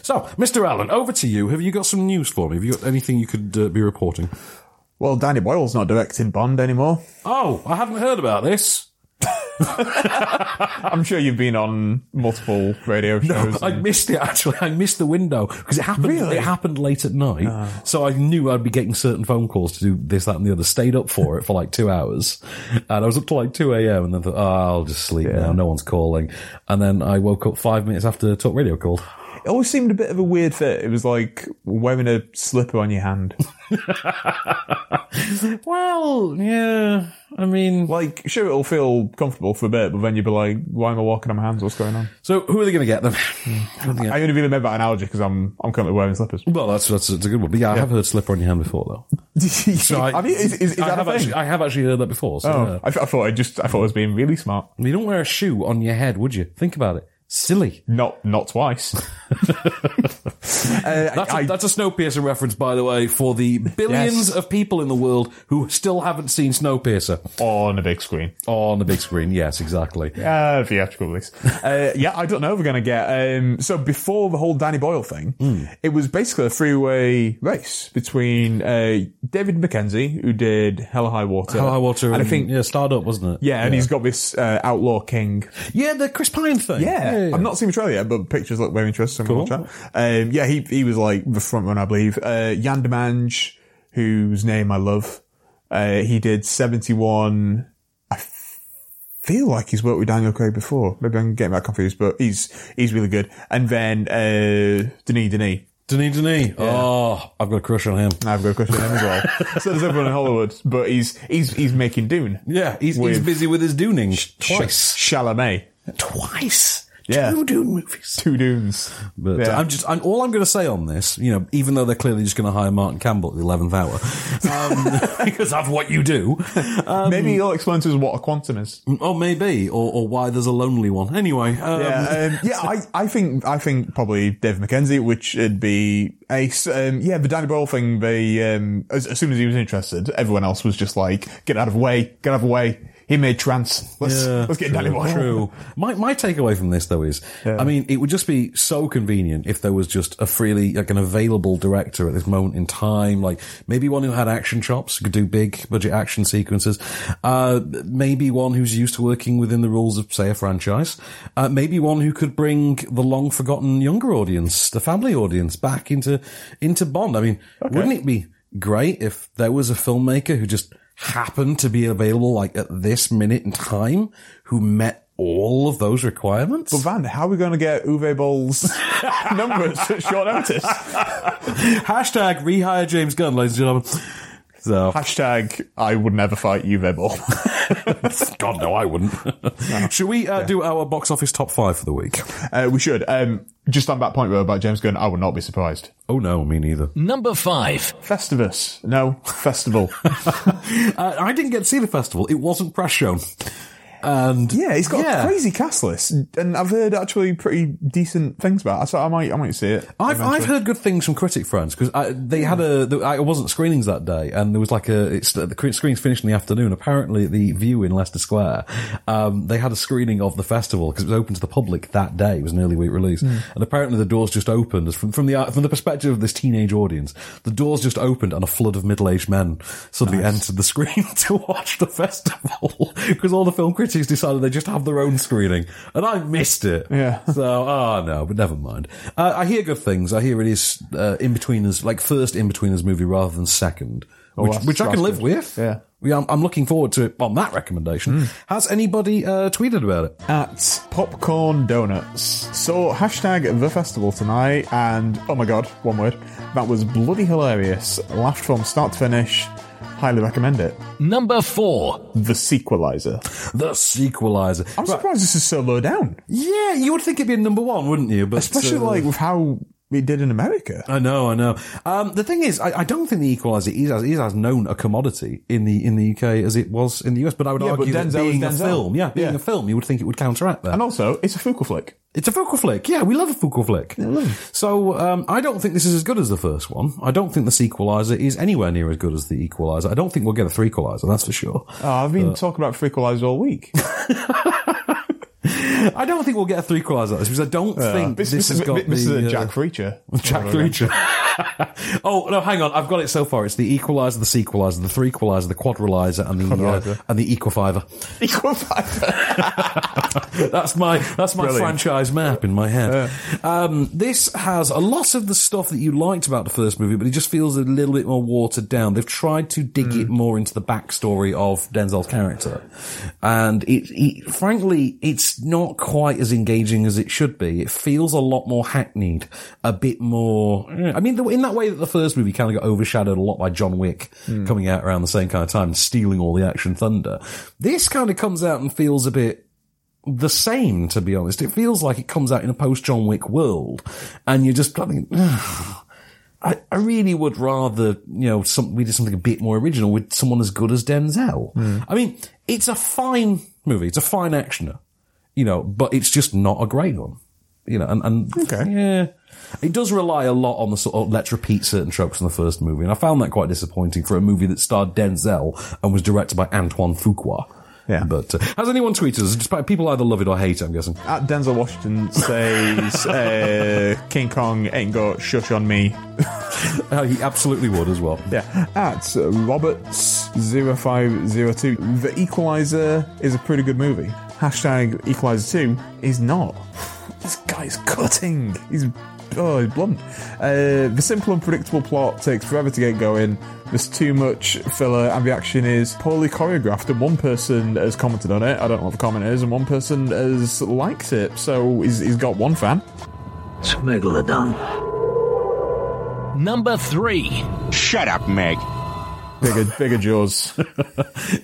S1: So, Mr. Allen, over to you. Have you got some news for me? Have you got anything you could uh, be reporting?
S2: Well, Danny Boyle's not directing Bond anymore.
S1: Oh, I haven't heard about this.
S2: I'm sure you've been on multiple radio
S1: No,
S2: shows.
S1: I
S2: and-
S1: missed it actually. I missed the window because it happened.
S2: Really?
S1: It happened late at night, so I knew I'd be getting certain phone calls to do this, that, and the other. Stayed up for it for like two hours, and I was up till like two a.m. And then thought, oh, I'll just sleep now. No one's calling. And then I woke up five minutes after Talk Radio called.
S2: it always seemed a bit of a weird fit. It was like wearing a slipper on your hand.
S1: well, yeah. I mean,
S2: Like, sure, it'll feel comfortable for a bit, but then you'll be like, why am I walking on my hands? What's going on?
S1: so who are they going to get then? Who are they gonna-
S2: I only really made that analogy because I'm I'm currently wearing slippers.
S1: well, that's, that's that's a good one. But yeah, I have heard slipper on your hand before, though. So I,
S2: Have you- is, is, is
S1: I
S2: that a
S1: have
S2: thing?
S1: actually, I have actually heard that before. So
S2: oh,
S1: yeah.
S2: I, th- I thought I just I thought I was being really smart.
S1: you don't wear a shoe on your head, would you? Think about it. Silly.
S2: Not not twice. Uh,
S1: That's a
S2: I-
S1: that's a Snowpiercer reference, by the way, for the billions
S2: Yes.
S1: of people in the world who still haven't seen Snowpiercer
S2: on a big screen.
S1: on the big screen. Yes, exactly.
S2: Uh, theatrical release. Uh, yeah, I don't know if we're going to get. Um, so before the whole Danny Boyle thing, it was basically a three-way race between uh, David McKenzie, who did Hell or High Water,
S1: High Water,
S2: and, I think yeah,
S1: yeah, Stardust, wasn't it?
S2: and he's got this uh, Outlaw King.
S1: yeah, the Chris Pine thing.
S2: I've not seen the trailer yet, but pictures look very interesting. We'll
S1: Cool.
S2: watch that. Um, yeah, he he was like the front runner, I believe. Uh, Jan Demange, whose name I love, uh, he did seventy one. I feel like he's worked with Daniel Craig before. Maybe I'm getting that confused, but he's he's really good. And then uh, Denis Denis.
S1: Denis Denis. Oh, I've got a crush on him.
S2: I've got a question on him as well. so there's everyone in Hollywood, but he's he's he's making Dune.
S1: Yeah, he's, he's
S2: With-
S1: busy with his dooning twice.
S2: Chalamet,
S1: Twice.
S2: Yeah.
S1: Two Dune movies.
S2: two Dunes.
S1: But um,
S2: Yeah.
S1: I'm just, I'm, all I'm going to say on this, you know, even though they're clearly just going to hire Martin Campbell at the 11th hour, um, because that's what you do. Um,
S2: Maybe he'll explain to us what a quantum is.
S1: oh, maybe, or, or why there's a lonely one. Anyway, um,
S2: Yeah, um, yeah. I, I think I think probably Dave McKenzie, which would be ace. Um, yeah, the Danny Boyle thing. They um, as, as soon as he was interested, everyone else was just like, "Get out of the way, get out of the way." He made trance. Let's
S1: Yeah,
S2: let's get
S1: uh, true,
S2: Danny Boyle.
S1: True. My my takeaway from this though is, I mean, it would just be so convenient if there was just a freely like an available director at this moment in time, like maybe one who had action chops, who could do big budget action sequences, uh, maybe one who's used to working within the rules of say a franchise, uh, maybe one who could bring the long forgotten younger audience, the family audience, back into into Bond. I mean, wouldn't it be great if there was a filmmaker who just happened to be available like at this minute in time who met all of those requirements.
S2: Van, how are we going to get Uwe Boll's numbers at short notice?
S1: Hashtag rehire James Gunn, ladies and gentlemen. So,
S2: Hashtag I would never fight Uwe Boll.
S1: God, no, I wouldn't. Should we uh, do our box office top five for the week?
S2: uh, we should. Um, just on that point though about James Gunn, I would not be surprised.
S1: Oh, no, me neither.
S3: Number five.
S2: Festivus, no festival.
S1: Uh, I didn't get to see the festival. It wasn't press shown. And
S2: Yeah, he's got
S1: Yeah.
S2: a crazy cast list, and I've heard actually pretty decent things about. It. So I might, I might see it.
S1: I've, I've heard good things from critic friends because they had a. The, I wasn't screenings that day, and there was like a. It's the cre- screenings finished in the afternoon. Apparently, at the View in Leicester Square, um, they had a screening of the festival because it was open to the public that day. It was an early week release, and apparently the doors just opened from from the uh, from the perspective of this teenage audience. The doors just opened, and a flood of middle aged men suddenly entered the screen to watch the festival because all the film critics decided they just have their own screening, and I missed it.
S2: Yeah.
S1: So, ah, no, but never mind. Uh, I hear good things. I hear it is uh, in between us, like first in between us movie rather than second, which,
S2: Oh, that's-
S1: which I can
S2: that's
S1: live
S2: good.
S1: with.
S2: Yeah. Hmm.
S1: We- I'm, I'm looking forward to it on that recommendation. Has anybody uh, tweeted about it?
S2: at popcorn donuts. So hashtag the festival tonight, and oh my god, one word that was bloody hilarious. Laughed from start to finish. Highly recommend it.
S3: Number four.
S2: The Sequelizer.
S1: The sequelizer.
S2: I'm
S1: Right.
S2: surprised this is so low down,
S1: Yeah, you would think it'd be a number one, wouldn't you? But
S2: especially
S1: uh,
S2: like with how we did in America.
S1: I know, I know. Um, the thing is, I, I don't think the Equalizer is as, is as known a commodity in the in the UK as it was in the US. But I would
S2: Yeah, but
S1: argue that
S2: Denzel is
S1: being a
S2: Denzel.
S1: film, yeah, being
S2: Yeah.
S1: a film, you would think it would counteract that.
S2: And also, it's a Fuqua flick.
S1: It's a focal flick. Yeah, we love a focal flick. So um, I don't think this is as good as the first one. I don't think the sequelizer is anywhere near as good as the equalizer. I don't think we'll get a three equalizer, that's for sure.
S2: Oh, I've
S1: uh,
S2: been talking about Frequalizer all week.
S1: I don't think we'll get a three equalizer because I don't think this, has got
S2: Uh, this
S1: the,
S2: is a
S1: uh,
S2: Jack Reacher.
S1: Jack
S2: Oh, yeah.
S1: Reacher. oh no, hang on! I've got it so far. It's the equalizer, the sequelizer, the three equalizer, the quadrilizer, and the uh,
S2: Quadrilizer.
S1: and the equifiver.
S2: Equal five.
S1: That's my that's my
S2: Brilliant.
S1: franchise map in my head. Um, this has a lot of the stuff that you liked about the first movie, but it just feels a little bit more watered down. They've tried to dig it more into the backstory of Denzel's character, and it, it frankly it's it's not quite as engaging as it should be. It feels a lot more hackneyed, a bit more. I mean, the- in that way that the first movie kind of got overshadowed a lot by John Wick coming out around the same kind of time, stealing all the action thunder. This kind of comes out and feels a bit the same, to be honest. It feels like it comes out in a post John Wick world, and you're just thinking, "Ugh, I, I really would rather, you know, some, we did something a bit more original with someone as good as Denzel. I mean, it's a fine movie, it's a fine actioner, you know, but it's just not a great one, you know, and, and
S2: Okay.
S1: yeah. It does rely a lot on the sort of oh, let's repeat certain tropes from the first movie, and I found that quite disappointing for a movie that starred Denzel and was directed by Antoine Fuqua.
S2: Yeah.
S1: But uh, has anyone tweeted us? Despite people either love it or hate it, I'm guessing.
S2: At Denzel Washington says uh, King Kong ain't got shush on me.
S1: Uh, he absolutely would as well.
S2: Yeah. At Roberts0502, The Equalizer is a pretty good movie. Hashtag Equalizer 2 is not. This guy's cutting. He's. Oh, he's blunt. Uh, the simple and predictable plot takes forever to get going. There's too much filler, and the action is poorly choreographed. And one person has commented on it. I don't know what the comment is, and one person has liked it. So he's, he's got one fan.
S10: It's Megalodon.
S3: Number three.
S11: Shut up, Meg.
S2: Bigger, bigger jaws.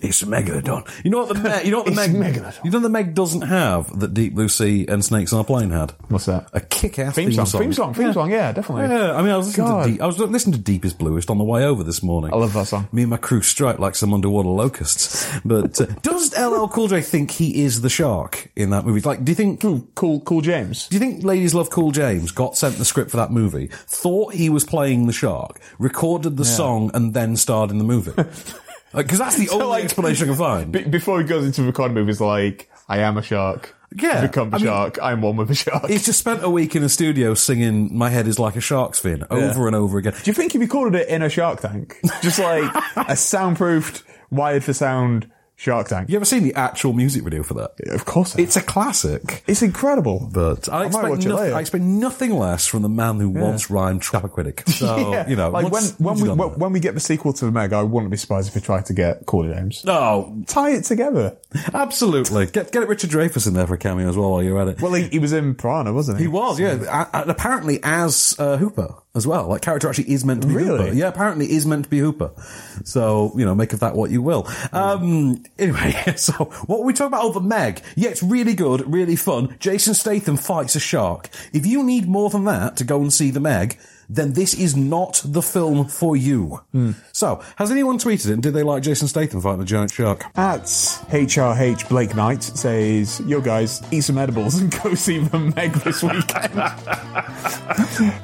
S1: It's Megalodon. You know what the Meg, you know what the
S2: It's
S1: Meg,
S2: Megalodon.
S1: you know the Meg doesn't have that Deep Blue Sea and Snakes on a Plane had.
S2: What's that?
S1: A kick-ass
S2: Theme song.
S1: song.
S2: Theme song. Theme song. Yeah, definitely.
S1: Yeah, I mean, I was listening
S2: God.
S1: to Deep, I was listening to Deepest Bluest on the way over this morning.
S2: I love that song.
S1: Me and my crew striped like some underwater locusts. But uh, does LL Cool J think he is the shark in that movie? Like, do you think? Do
S2: Ooh, cool, cool James.
S1: you think Ladies Love Cool James got sent the script for that movie, thought he was playing the shark, recorded the song, and then starred in the movie? Because that's the only
S2: like-
S1: explanation I can find.
S2: Be- before he goes into recording movies, like I am a shark.
S1: Yeah,
S2: become the
S1: I mean-
S2: shark. I'm one with a shark.
S1: He's just spent a week in a studio singing "My Head Is Like a Shark's Fin" over and over again.
S2: Do you think he recorded it in a shark tank? Just like a soundproofed, wired for sound shark tank.
S1: You ever seen the actual music video for that?
S2: Of course. It's
S1: It's a classic.
S2: it's incredible.
S1: But I,
S2: might
S1: expect
S2: watch it
S1: nothing,
S2: later.
S1: I expect nothing less from the man who once rhymed Chappaquiddick. So
S2: Yeah,
S1: uh, you know,
S2: like when
S1: once-
S2: when
S1: once
S2: we
S1: you've
S2: when,
S1: done that.
S2: when we get the sequel to the Meg, I wouldn't be surprised if we tried to get Corley James.
S1: oh,
S2: Tie it together.
S1: absolutely. Get get Richard Dreyfuss in there for a cameo as well while you're at it.
S2: Well, he, he was in Piranha, wasn't he?
S1: He was, yeah. A- And apparently as uh, Hooper as well. That character actually is meant to be
S2: Really?
S1: Hooper. Yeah, apparently is meant to be Hooper. So, you know, make of that what you will. Um, anyway, so what were we talking about? Oh, the Meg. Yeah, it's really good, really fun. Jason Statham fights a shark. If you need more than that to go and see the Meg, then this is not the film for you. So, has anyone tweeted it? And did they like Jason Statham fighting a giant shark?
S2: At HRH Blake Knight says, Yo guys, eat some edibles and go see the Meg this weekend.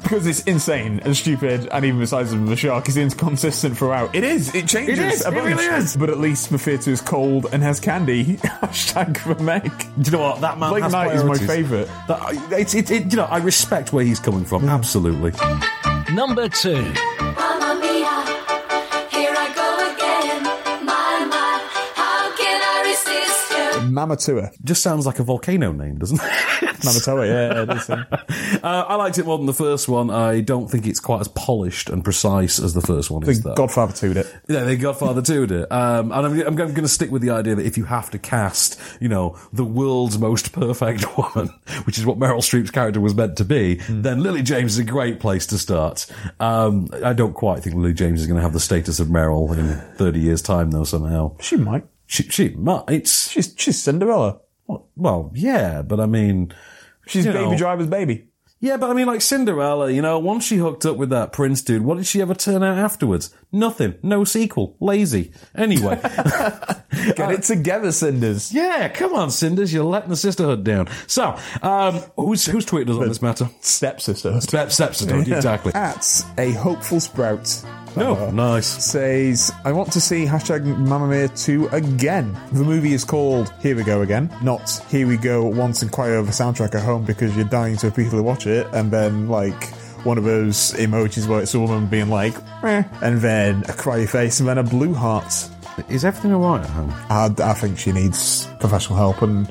S2: because it's insane and stupid, and even the size of the shark is inconsistent throughout. It is, it changes.
S1: It is,
S2: a
S1: it
S2: bunch.
S1: really is.
S2: But at least the theatre is cold and has candy. Hashtag the Meg.
S1: Do you know what? That man
S2: Blake
S1: has
S2: Knight is my
S1: priorities.
S2: favourite.
S1: That, it's, it, it, you know, I respect where he's coming from. Absolutely.
S3: Number two.
S8: Mamma mia, here I go again. My, my, how can I resist you?
S2: Mamatua.
S1: just sounds like a volcano name, doesn't it?
S2: Mamatua, yeah, it is. uh,
S1: uh, I liked it more than the first one. I don't think it's quite as polished and precise as the first one is. Though.
S2: Godfather 2'd it.
S1: yeah, they Godfather 2 did. it. Um, and I'm, I'm going to stick with the idea that if you have to cast, you know, the world's most perfect woman, which is what Meryl Streep's character was meant to be,
S2: Hmm.
S1: then Lily James is a great place to start. Um, I don't quite think Lily James is going to have the status of Meryl in 30 years' time, though, somehow.
S2: She might.
S1: She, she might.
S2: She's, she's Cinderella.
S1: Well, yeah, but I mean.
S2: She's
S1: You
S2: Baby
S1: know.
S2: Driver's baby.
S1: Yeah, but I mean, like Cinderella, you know, once she hooked up with that prince dude, what did she ever turn out afterwards? Nothing. No sequel. Lazy. Anyway.
S2: Get it together, Cinders.
S1: yeah, come on, Cinders, you're letting the sisterhood down. So, um, who's, who's tweeted us on this matter?
S2: Stepsister.
S1: Step, stepsister, exactly.
S2: At a hopeful sprout
S1: No, nice.
S2: says, I want to see hashtag Mamma Mia 2 again. The movie is called Here We Go Again, not Here We Go Once and Cry Over Soundtrack at Home because you're dying to repeatedly watch it and then, like, one of those emojis where it's a woman being like, "Meh," and then a cry face and then a blue heart.
S1: Is everything alright at home?
S2: I, I think she needs professional help and,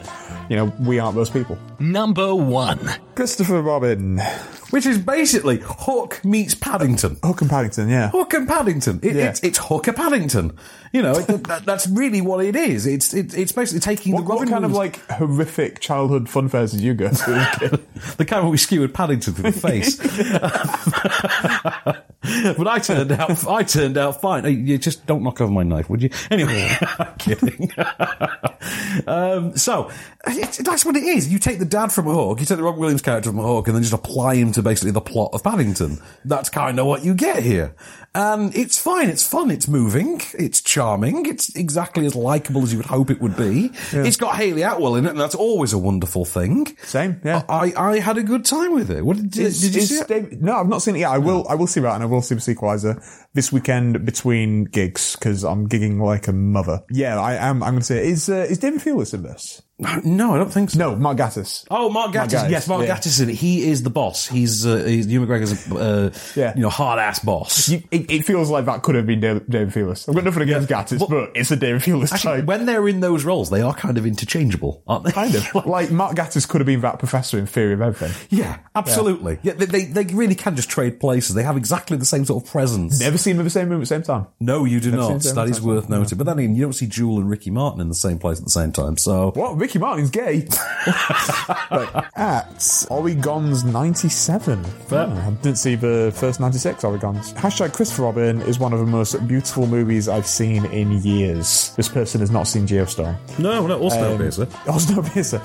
S2: you know, we aren't those people.
S3: Number one.
S2: Christopher Robin
S1: which is basically Hook meets Paddington.
S2: Hook and Paddington, yeah.
S1: Hook and Paddington. It,
S2: Yeah.
S1: It's it's Hooker Paddington. You know, it, that, that's really what it is. It's it, it's basically taking
S2: What,
S1: the
S2: what
S1: Robin
S2: kind of
S1: Hood-
S2: like horrific childhood fun fairs did you go to? Okay.
S1: the kind where we skewered Paddington to the face. but I turned out, I turned out fine. Hey, You just don't knock over my knife, would you? Anyway, I'm kidding. um, so it's, that's what it is. You take the dad from Hawk, you take the Rob Williams character from Hawk, and then just apply him to basically the plot of Paddington. That's kind of what you get here, and it's fine. It's fun. It's moving. It's charming. It's exactly as likable as you would hope it would be. It's got Haley Atwell in it, and that's always a wonderful thing.
S2: Same, yeah.
S1: I, I had a good time with it. What did, did,
S2: Is-
S1: you
S2: is
S1: see? it? Oh.
S2: David- no, I've not seen it yet. I will. I will see that, and I will see the sequelizer this weekend between gigs because I'm gigging like a mother. Yeah, I am. I'm going to say is uh, is David Thewlis in this?
S1: No, I don't think so.
S2: No, Mark Gatiss.
S1: Oh, Mark
S2: Mark
S1: Gatiss.
S2: Gatiss,
S1: Yes, Mark
S2: yeah.
S1: Gatiss. in it. He is the boss. He's uh, he's Hugh McGregor's uh,
S2: Yeah.
S1: you know hard ass boss.
S2: You- It, it feels like that could have been Da- David Thewlis. I've got nothing against Gatiss,
S1: Well-
S2: but it's a David Thewlis
S1: Actually,
S2: type.
S1: when they're in those roles, they are kind of interchangeable, aren't they?
S2: kind of like Mark Gatiss could have been that professor in Theory of Everything.
S1: yeah, absolutely. Yeah, they, they they really can just trade places. They have exactly the same sort of presence.
S2: Never seen them in the same room at the same time.
S1: No, you do
S2: seen
S1: not.
S2: them.
S1: That is worth noting. But then again, you don't see Jewel and Ricky Martin in the same place at the same time. So
S2: What? Ricky Martin's gay. right, at Origons 97. Oh, I didn't see the first 96 Origons. Hashtag Christopher Robin is one of the most beautiful movies I've seen in years. This person has not seen Geostorm. Oh,
S1: no, no, also um,
S2: Osnobisser.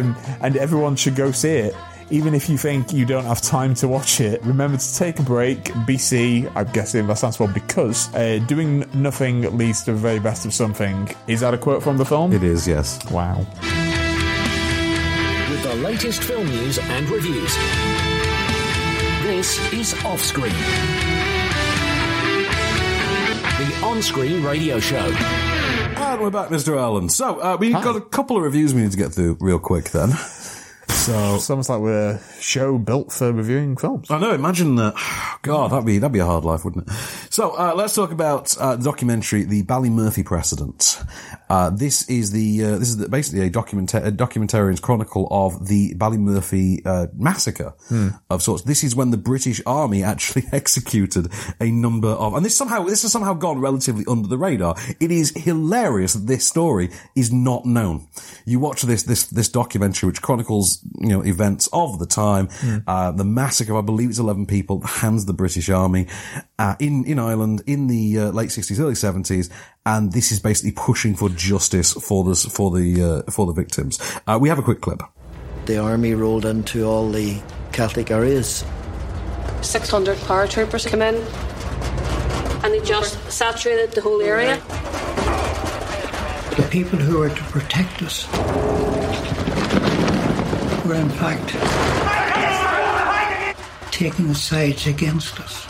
S2: Um, and everyone should go see it. Even if you think you don't have time to watch it, remember to take a break. BC, I'm guessing that stands for because uh, doing nothing leads to the very best of something. Is that a quote from the film?
S1: It is yes.
S2: Wow.
S3: With the latest film news and reviews. This is Offscreen. The on screen radio show.
S1: And we're back, Mr. Allen. So uh, we've got a couple of reviews we need to get through real quick then. So
S2: It's almost like we're a show built for reviewing films.
S1: I know. Imagine that. God, that'd be that'd be a hard life, wouldn't it? So uh, let's talk about uh, the documentary, the Ballymurphy precedent. Uh, this is the uh, this is the, basically a document a documentarian's chronicle of the Ballymurphy uh, massacre of sorts. This is when the British Army actually executed a number of, and this somehow this has somehow gone relatively under the radar. It is hilarious that this story is not known. You watch this this this documentary which chronicles you know events of the time, uh, the massacre. of, I believe it's eleven people. at the Hands of the British Army uh, in in Ireland in the uh, late sixties, early seventies, and this is basically pushing for justice for the for the uh, for the victims. Uh, we have a quick clip.
S11: the army rolled into all the Catholic areas.
S12: 600 paratroopers come in and they just saturated the whole area.
S11: The people who were to protect us were, in fact, taking sides against us.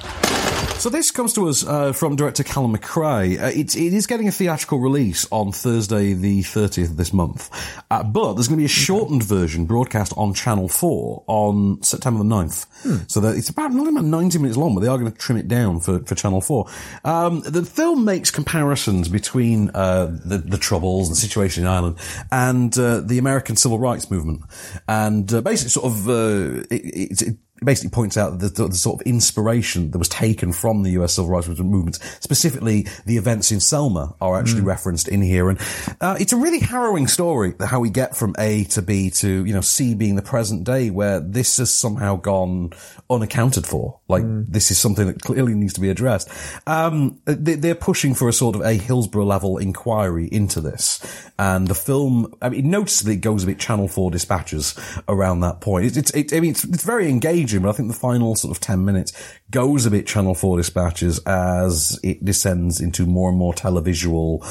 S1: So this comes to us uh, from director Callum McRae. Uh, it, it is getting a theatrical release on Thursday, the 30th of this month. Uh, but there's going to be a shortened version broadcast on Channel 4 on September the 9th. So that it's about, not about 90 minutes long, but they are going to trim it down for, for Channel 4. Um, the film makes comparisons between uh, the, the Troubles, the situation in Ireland, and uh, the American civil rights movement. And uh, basically sort of, uh, it, it, it basically points out the, the sort of inspiration that was taken from the US civil rights movement, specifically the events in Selma are actually referenced in here. And uh, it's a really harrowing story how we get from A to B to, you know, C being the present day where this has somehow gone unaccounted for. Like this is something that clearly needs to be addressed. Um, they, they're pushing for a sort of a Hillsborough level inquiry into this. And the film, I mean, noticeably it goes a bit Channel 4 dispatches around that point. It's, it's, it, I mean, it's, it's very engaging, but I think the final sort of 10 minutes goes a bit Channel 4 dispatches as it descends into more and more televisual,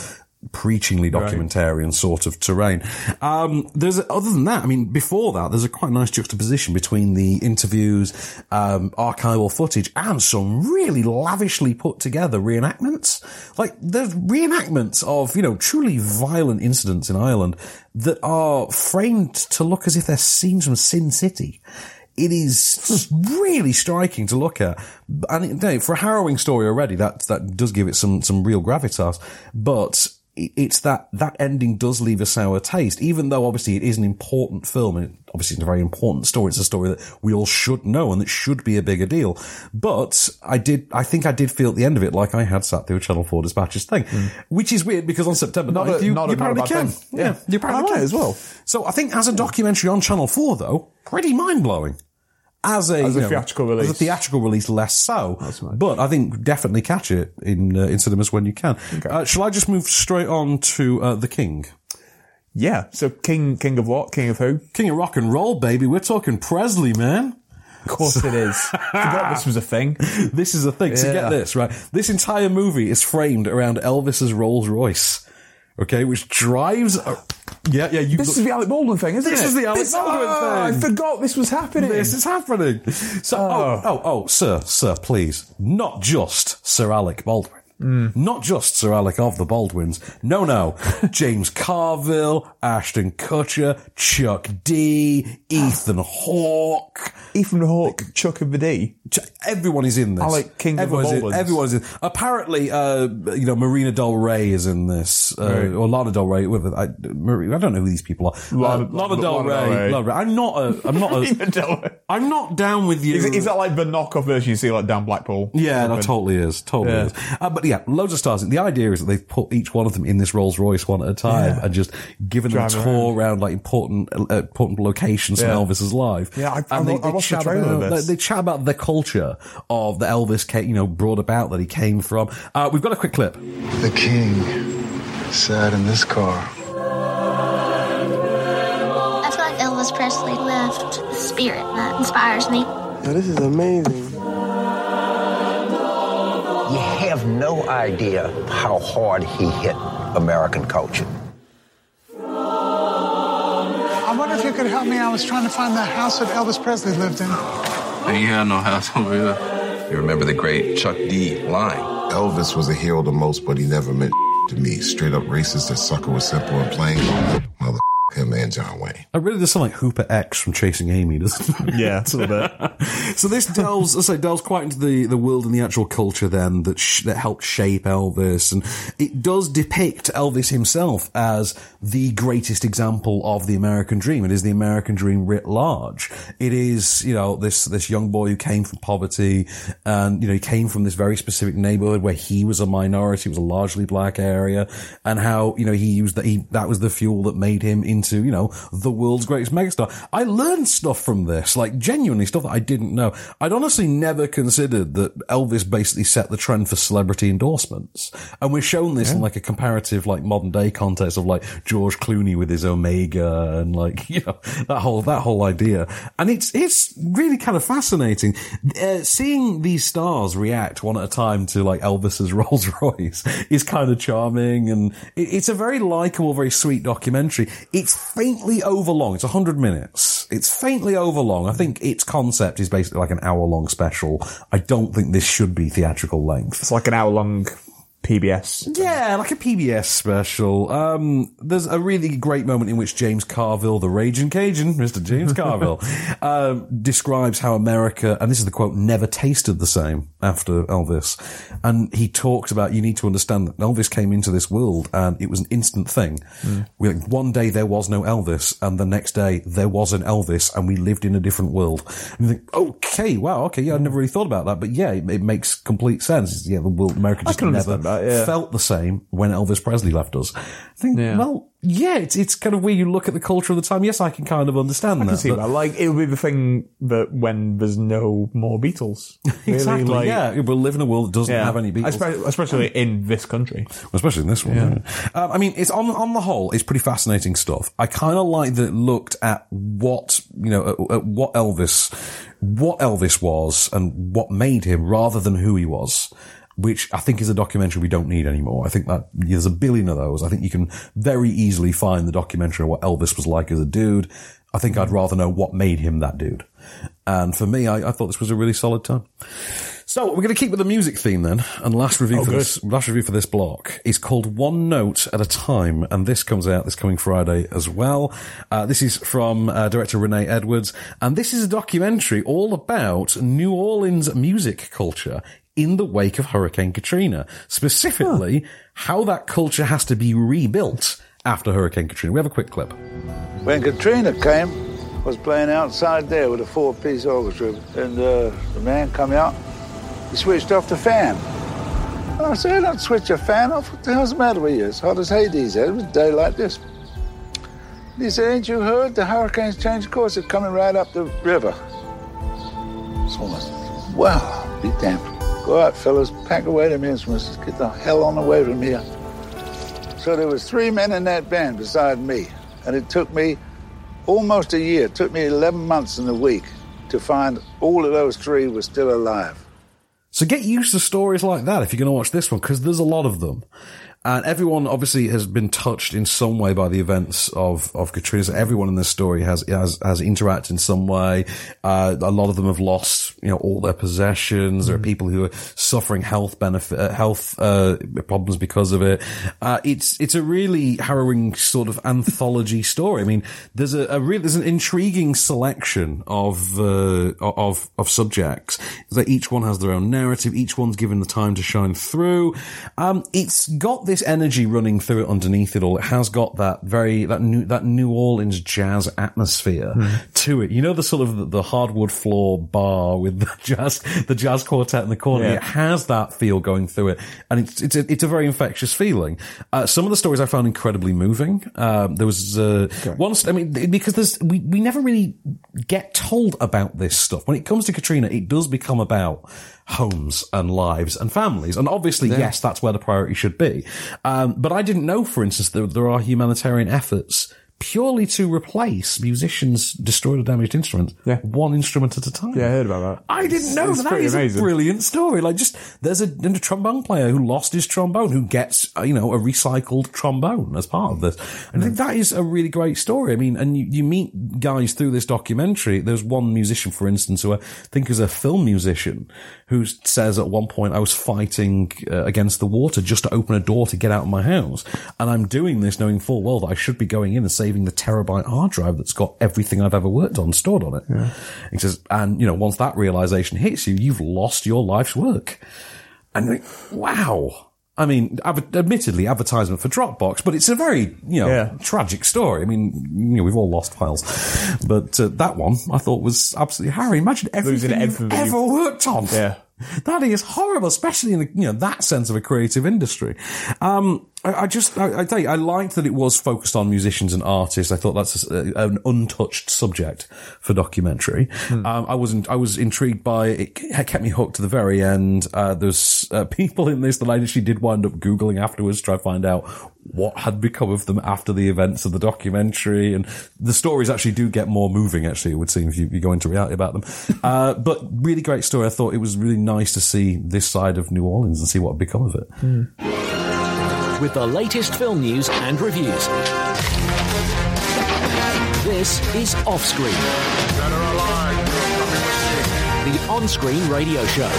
S1: preachingly documentarian sort of terrain. Um, there's, other than that, I mean, before that, there's a quite nice juxtaposition between the interviews, um, archival footage and some really lavishly put together reenactments. Like, there's reenactments of, you know, truly violent incidents in Ireland that are framed to look as if they're scenes from Sin City. It is really striking to look at, and it, no, for a harrowing story already, that that does give it some some real gravitas. But it's that that ending does leave a sour taste, even though obviously it is an important film and it, obviously it's a very important story. It's a story that we all should know and that should be a bigger deal. But I did, I think I did feel at the end of it like I had sat through a Channel Four Dispatches thing, which is weird because on September
S2: Not
S1: 9th,
S2: a-
S1: you,
S2: not
S1: you
S2: a- not
S1: apparently
S2: a bad
S1: can,
S2: thing.
S1: yeah,
S2: Yeah.
S1: you apparently
S2: I like
S1: can
S2: it as well.
S1: So I think as a documentary on Channel Four, though, pretty mind blowing. As a,
S2: As a
S1: you know, as
S2: theatrical
S1: a
S2: release.
S1: theatrical release, less so. But I think definitely catch it in uh, in cinemas when you can. Uh, shall I just move straight on to uh, the King?
S2: Yeah. So King, King of what? King of who?
S1: King of rock and roll, baby. We're talking Presley, man.
S2: Of course it is. Forgot this was a thing.
S1: This is the thing. So get
S2: Yeah.
S1: this, right? This entire movie is framed around Elvis's Rolls Royce. Okay, which drives. A- yeah, yeah. You
S2: This is the Alec Baldwin thing, isn't
S1: This
S2: it?
S1: is the Alec Baldwin
S2: Ah,
S1: thing.
S2: I forgot this was happening.
S1: This is happening. So, oh. oh, oh, sir, sir, please. Not just Sir Alec Baldwin. Not just Sir Alec of the Baldwins. No, no. James Carville, Ashton Kutcher, Chuck D, Ethan Hawke.
S2: Ethan Hawke, Chuck of the D.
S1: Ch- Everyone is in this.
S2: Alec King of the
S1: everyone's in,
S2: Baldwins.
S1: everyone's in. Apparently, uh, you know, Marina Del Rey is in this, uh,
S2: Right.
S1: or Lana Del Rey. Whether I, Marie, I don't know who these people are. Uh,
S2: Lana-
S1: Lana, Del
S2: Lana Del
S1: Rey.
S2: Rey.
S1: Lana Rey. I'm not a. I'm not a.
S2: Ethan Del Rey.
S1: I'm not down with you.
S2: Is, is that like the knockoff version you see like down Blackpool?
S1: Yeah, that
S2: Something?
S1: totally is. Totally
S2: Yeah.
S1: is. Uh, but yeah, loads of stars. And the idea is that they've put each one of them in this Rolls Royce one at a time
S2: Yeah.
S1: and just given them
S2: Drive
S1: a tour around, like important uh, important locations
S2: Yeah.
S1: from Elvis's life.
S2: Yeah, I- I
S1: and
S2: wa- I watched the
S1: chat
S2: trailer of
S1: about,
S2: this.
S1: They, they chat about the culture of the Elvis, ca- you know, brought about that he came from. Uh, we've got a quick clip.
S13: The king sat in this car.
S14: I feel like Elvis Presley left a spirit that inspires me.
S13: Now, this is amazing.
S15: You have no idea how hard he hit American culture.
S16: I wonder if you could help me. I was trying to find the house that Elvis Presley lived in.
S17: He had no house over here. You remember the great Chuck D line?
S18: Elvis was a hero to most, but he never meant to me. Straight up racist, that sucker was simple and plain. Mother him and John Wayne.
S1: It Uh, really does sound like Hooper X from Chasing Amy, doesn't it?
S2: Yeah, it's a little bit.
S1: so this delves, as I say, delves quite into the, the world and the actual culture then that sh- that helped shape Elvis, and it does depict Elvis himself as the greatest example of the American dream. It is the American dream writ large. It is you know this this young boy who came from poverty, and you know he came from this very specific neighborhood where he was a minority, it was a largely black area, and how you know he used that he that was the fuel that made him into you know the world's greatest megastar. I learned stuff from this, like genuinely stuff that I didn't know. I'd honestly never considered that Elvis basically set the trend for celebrity endorsements, and we're shown this in like a comparative like modern day context of like George Clooney with his Omega and like you know that whole that whole idea, and it's it's really kind of fascinating uh, seeing these stars react one at a time to like Elvis's Rolls Royce is kind of charming, and it, it's a very likable, very sweet documentary. It's faintly overlong; it's hundred minutes. It's faintly overlong. I think its concept is basically like an hour-long special. I don't think this should be theatrical length.
S2: It's like an hour long PBS.
S1: Yeah, like a PBS special. Um, there's a really great moment in which James Carville, the raging Cajun, Mr. James Carville, um, describes how America, and this is the quote, never tasted the same after Elvis. And he talks about you need to understand that Elvis came into this world and it was an instant thing.
S2: Hmm.
S1: We, like, one day there was no Elvis, and the next day there was an Elvis, and we lived in a different world. And you think, okay, wow, okay, yeah, I never really thought about that, but yeah, it, it makes complete sense. Yeah, the world, America
S2: I
S1: just
S2: can
S1: never
S2: understand that, yeah.
S1: felt the same when Elvis Presley left us. I think, well, yeah, it's, it's kind of where you look at the culture of the time. Yes, I can kind of understand
S2: I
S1: that.
S2: can see
S1: but-
S2: that. Like it would be the thing that when there's no more Beatles, really,
S1: Exactly.
S2: like-
S1: yeah, we live in a world that doesn't
S2: Yeah.
S1: have any Beatles,
S2: Espe- especially in this country.
S1: especially in this one.
S2: Yeah.
S1: Um, I mean, it's on on the whole, it's pretty fascinating stuff. I kind of like that it looked at what you know, at, at what Elvis, what Elvis was, and what made him, rather than who he was. Which I think is a documentary we don't need anymore. I think that there's a billion of those. I think you can very easily find the documentary of what Elvis was like as a dude. I think I'd rather know what made him that dude. And for me, I, I thought this was a really solid time. So we're going to keep with the music theme then, and last review
S2: Oh,
S1: for
S2: good.
S1: this last review for this block is called One Note at a Time, and this comes out this coming Friday as well. Uh, this is from uh, director Renee Edwards, and this is a documentary all about New Orleans music culture in the wake of Hurricane Katrina. Specifically, how that culture has to be rebuilt after Hurricane Katrina. We have a quick clip.
S19: When Katrina came, I was playing outside there with a four-piece orchestra, and uh, the man come out. He switched off the fan. And I said, "I don't switch your fan off. What the hell's the matter with you? It's hot as Hades. It was a day like this." And he said, "Ain't you heard? The hurricane's changed course. It's coming right up the river." So I said, "Wow, be damned! Go out, fellas. Pack away them instruments. Get the hell on away from here." So there was three men in that band beside me, and it took me almost a year. It took me 11 months and a week to find all of those three were still alive.
S1: So get used to stories like that if you're going to watch this one, because there's a lot of them. And everyone obviously has been touched in some way by the events of, of Katrina. So everyone in this story has, has, has interacted in some way. Uh, a lot of them have lost, you know, all their possessions. There are people who are suffering health benefit, uh, health, uh, problems because of it. Uh, it's, it's a really harrowing sort of anthology story. I mean, there's a, a real, there's an intriguing selection of, uh, of, of subjects that each one has their own narrative. Each one's given the time to shine through. Um, it's got this energy running through it underneath it all. It has got that very that new that New Orleans jazz atmosphere to it. You know the sort of the, the hardwood floor bar with the jazz the jazz quartet in the corner.
S2: Yeah.
S1: It has that feel going through it, and it's it's a, it's a very infectious feeling. Uh, some of the stories I found incredibly moving. Um, there was uh, one. st- I mean, because there's we we never really get told about this stuff when it comes to Katrina. It does become about homes and lives and families. And obviously,
S2: Yeah.
S1: yes, that's where the priority should be. Um, but I didn't know, for instance, that there are humanitarian efforts purely to replace musicians destroyed or damaged instruments, one instrument at a time.
S2: Yeah, I heard about that.
S1: I didn't know
S2: It's
S1: that. That
S2: pretty
S1: is
S2: amazing.
S1: a brilliant story. Like, just there's a, a trombone player who lost his trombone who gets uh, you know a recycled trombone as part of this. And I think that is a really great story. I mean, and you, you meet guys through this documentary. There's one musician, for instance, who I think is a film musician, who says at one point I was fighting uh, against the water just to open a door to get out of my house, and I'm doing this knowing full well that I should be going in and saving the terabyte hard drive that's got everything I've ever worked on stored on it. He says, and you know, once that realization hits you, you've lost your life's work. And you think, wow. I mean, ad- admittedly, advertisement for Dropbox, but it's a very, you know,
S2: Yeah.
S1: tragic story. I mean, you know, we've all lost files, but uh, that one I thought was absolutely harrowing. Imagine everything,
S2: Losing everything
S1: you've ever
S2: you-
S1: worked on.
S2: Yeah.
S1: That is horrible, especially in the, you know that sense of a creative industry. Um, I, I just, I, I tell you, I liked that it was focused on musicians and artists. I thought that's a, an untouched subject for documentary. Um, I wasn't, I was intrigued by it. It kept me hooked to the very end. Uh, there's uh, people in this that I actually did wind up googling afterwards to try to find out what had become of them after the events of the documentary. And the stories actually do get more moving, actually, it would seem, if you, you go into reality about them. Uh, but really great story. I thought it was really nice to see this side of New Orleans and see what had become of it.
S3: With the latest film news and reviews. This is Offscreen. The on-screen radio show.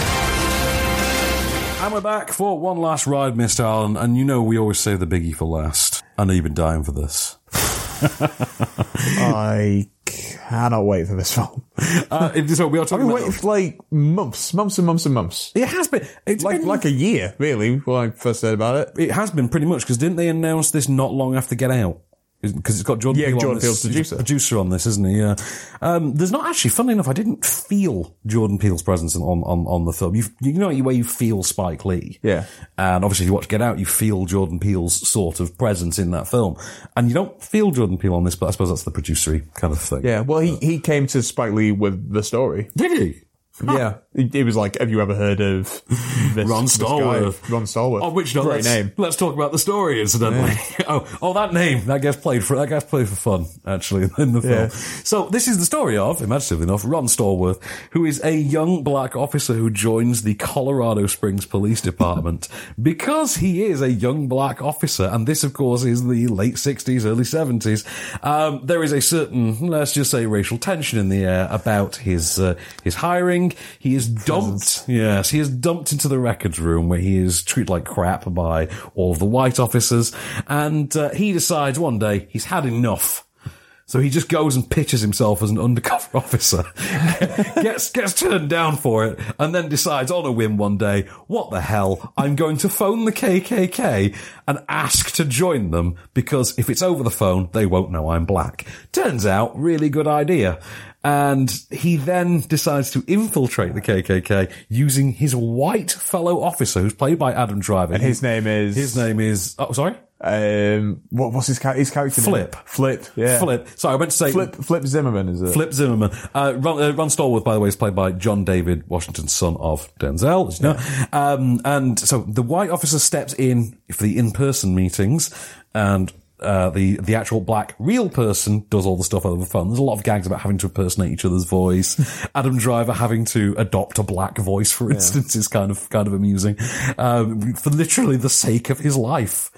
S1: And we're back for one last ride, Mr. Allen. And you know, we always save the biggie for last. I know you've been dying for this.
S2: I cannot wait for this film.
S1: Uh, it- so we are
S2: I've
S1: talking
S2: been
S1: about
S2: waiting for like months, months and months and months.
S1: It has been. It's
S2: like
S1: been-
S2: like a year, really, when I first heard about it.
S1: it has been pretty much because didn't they announce this not long after Get Out? Because it's got Jordan
S2: Yeah,
S1: Peele on
S2: Jordan
S1: this,
S2: Peele's producer.
S1: producer on this, isn't he? Yeah. Um, there's not actually, funnily enough, I didn't feel Jordan Peele's presence on on, on the film. You you know where you feel Spike Lee,
S2: Yeah.
S1: and obviously if you watch Get Out, you feel Jordan Peele's sort of presence in that film, and you don't feel Jordan Peele on this, but I suppose that's the producery kind of thing.
S2: Yeah, well, he, he came to Spike Lee with the story.
S1: Did he?
S2: Yeah, it, it was like, have you ever heard of this,
S1: Ron
S2: this guy?
S1: Stallworth.
S2: Ron Stallworth. Oh,
S1: Of Oh, which, no,
S2: great
S1: let's,
S2: name.
S1: Let's talk about the story, incidentally. oh, oh, that name that gets played for that gets played for fun, actually, in the film.
S2: Yeah.
S1: So this is the story of, imaginatively enough, Ron Stallworth, who is a young black officer who joins the Colorado Springs Police Department because he is a young black officer, and this, of course, is the late sixties, early seventies. Um, there is a certain, let's just say, racial tension in the air about his uh, his hiring. He is dumped. Yes, he is dumped into the records room where he is treated like crap by all of the white officers, and uh, he decides one day he's had enough. So he just goes and pitches himself as an undercover officer, gets gets turned down for it, and then decides on a whim one day, what the hell? I'm going to phone the KKK and ask to join them because if it's over the phone, they won't know I'm black. Turns out, really good idea. And he then decides to infiltrate the KKK using his white fellow officer, who's played by Adam Driver.
S2: And his name is
S1: his name is oh sorry.
S2: Um, what was his, char- his character? name?
S1: Flip.
S2: Flip. Yeah.
S1: Flip. Sorry, I meant to say
S2: Flip. Flip Zimmerman is it?
S1: Flip Zimmerman. Uh, Ron, uh, Ron Stallworth, by the way, is played by John David Washington's son of Denzel, as you know. Um, and so the white officer steps in for the in-person meetings and uh, the the actual black real person does all the stuff over the phone. There's a lot of gags about having to impersonate each other's voice. Adam Driver having to adopt a black voice, for instance, is kind of kind of amusing um, for literally the sake of his life,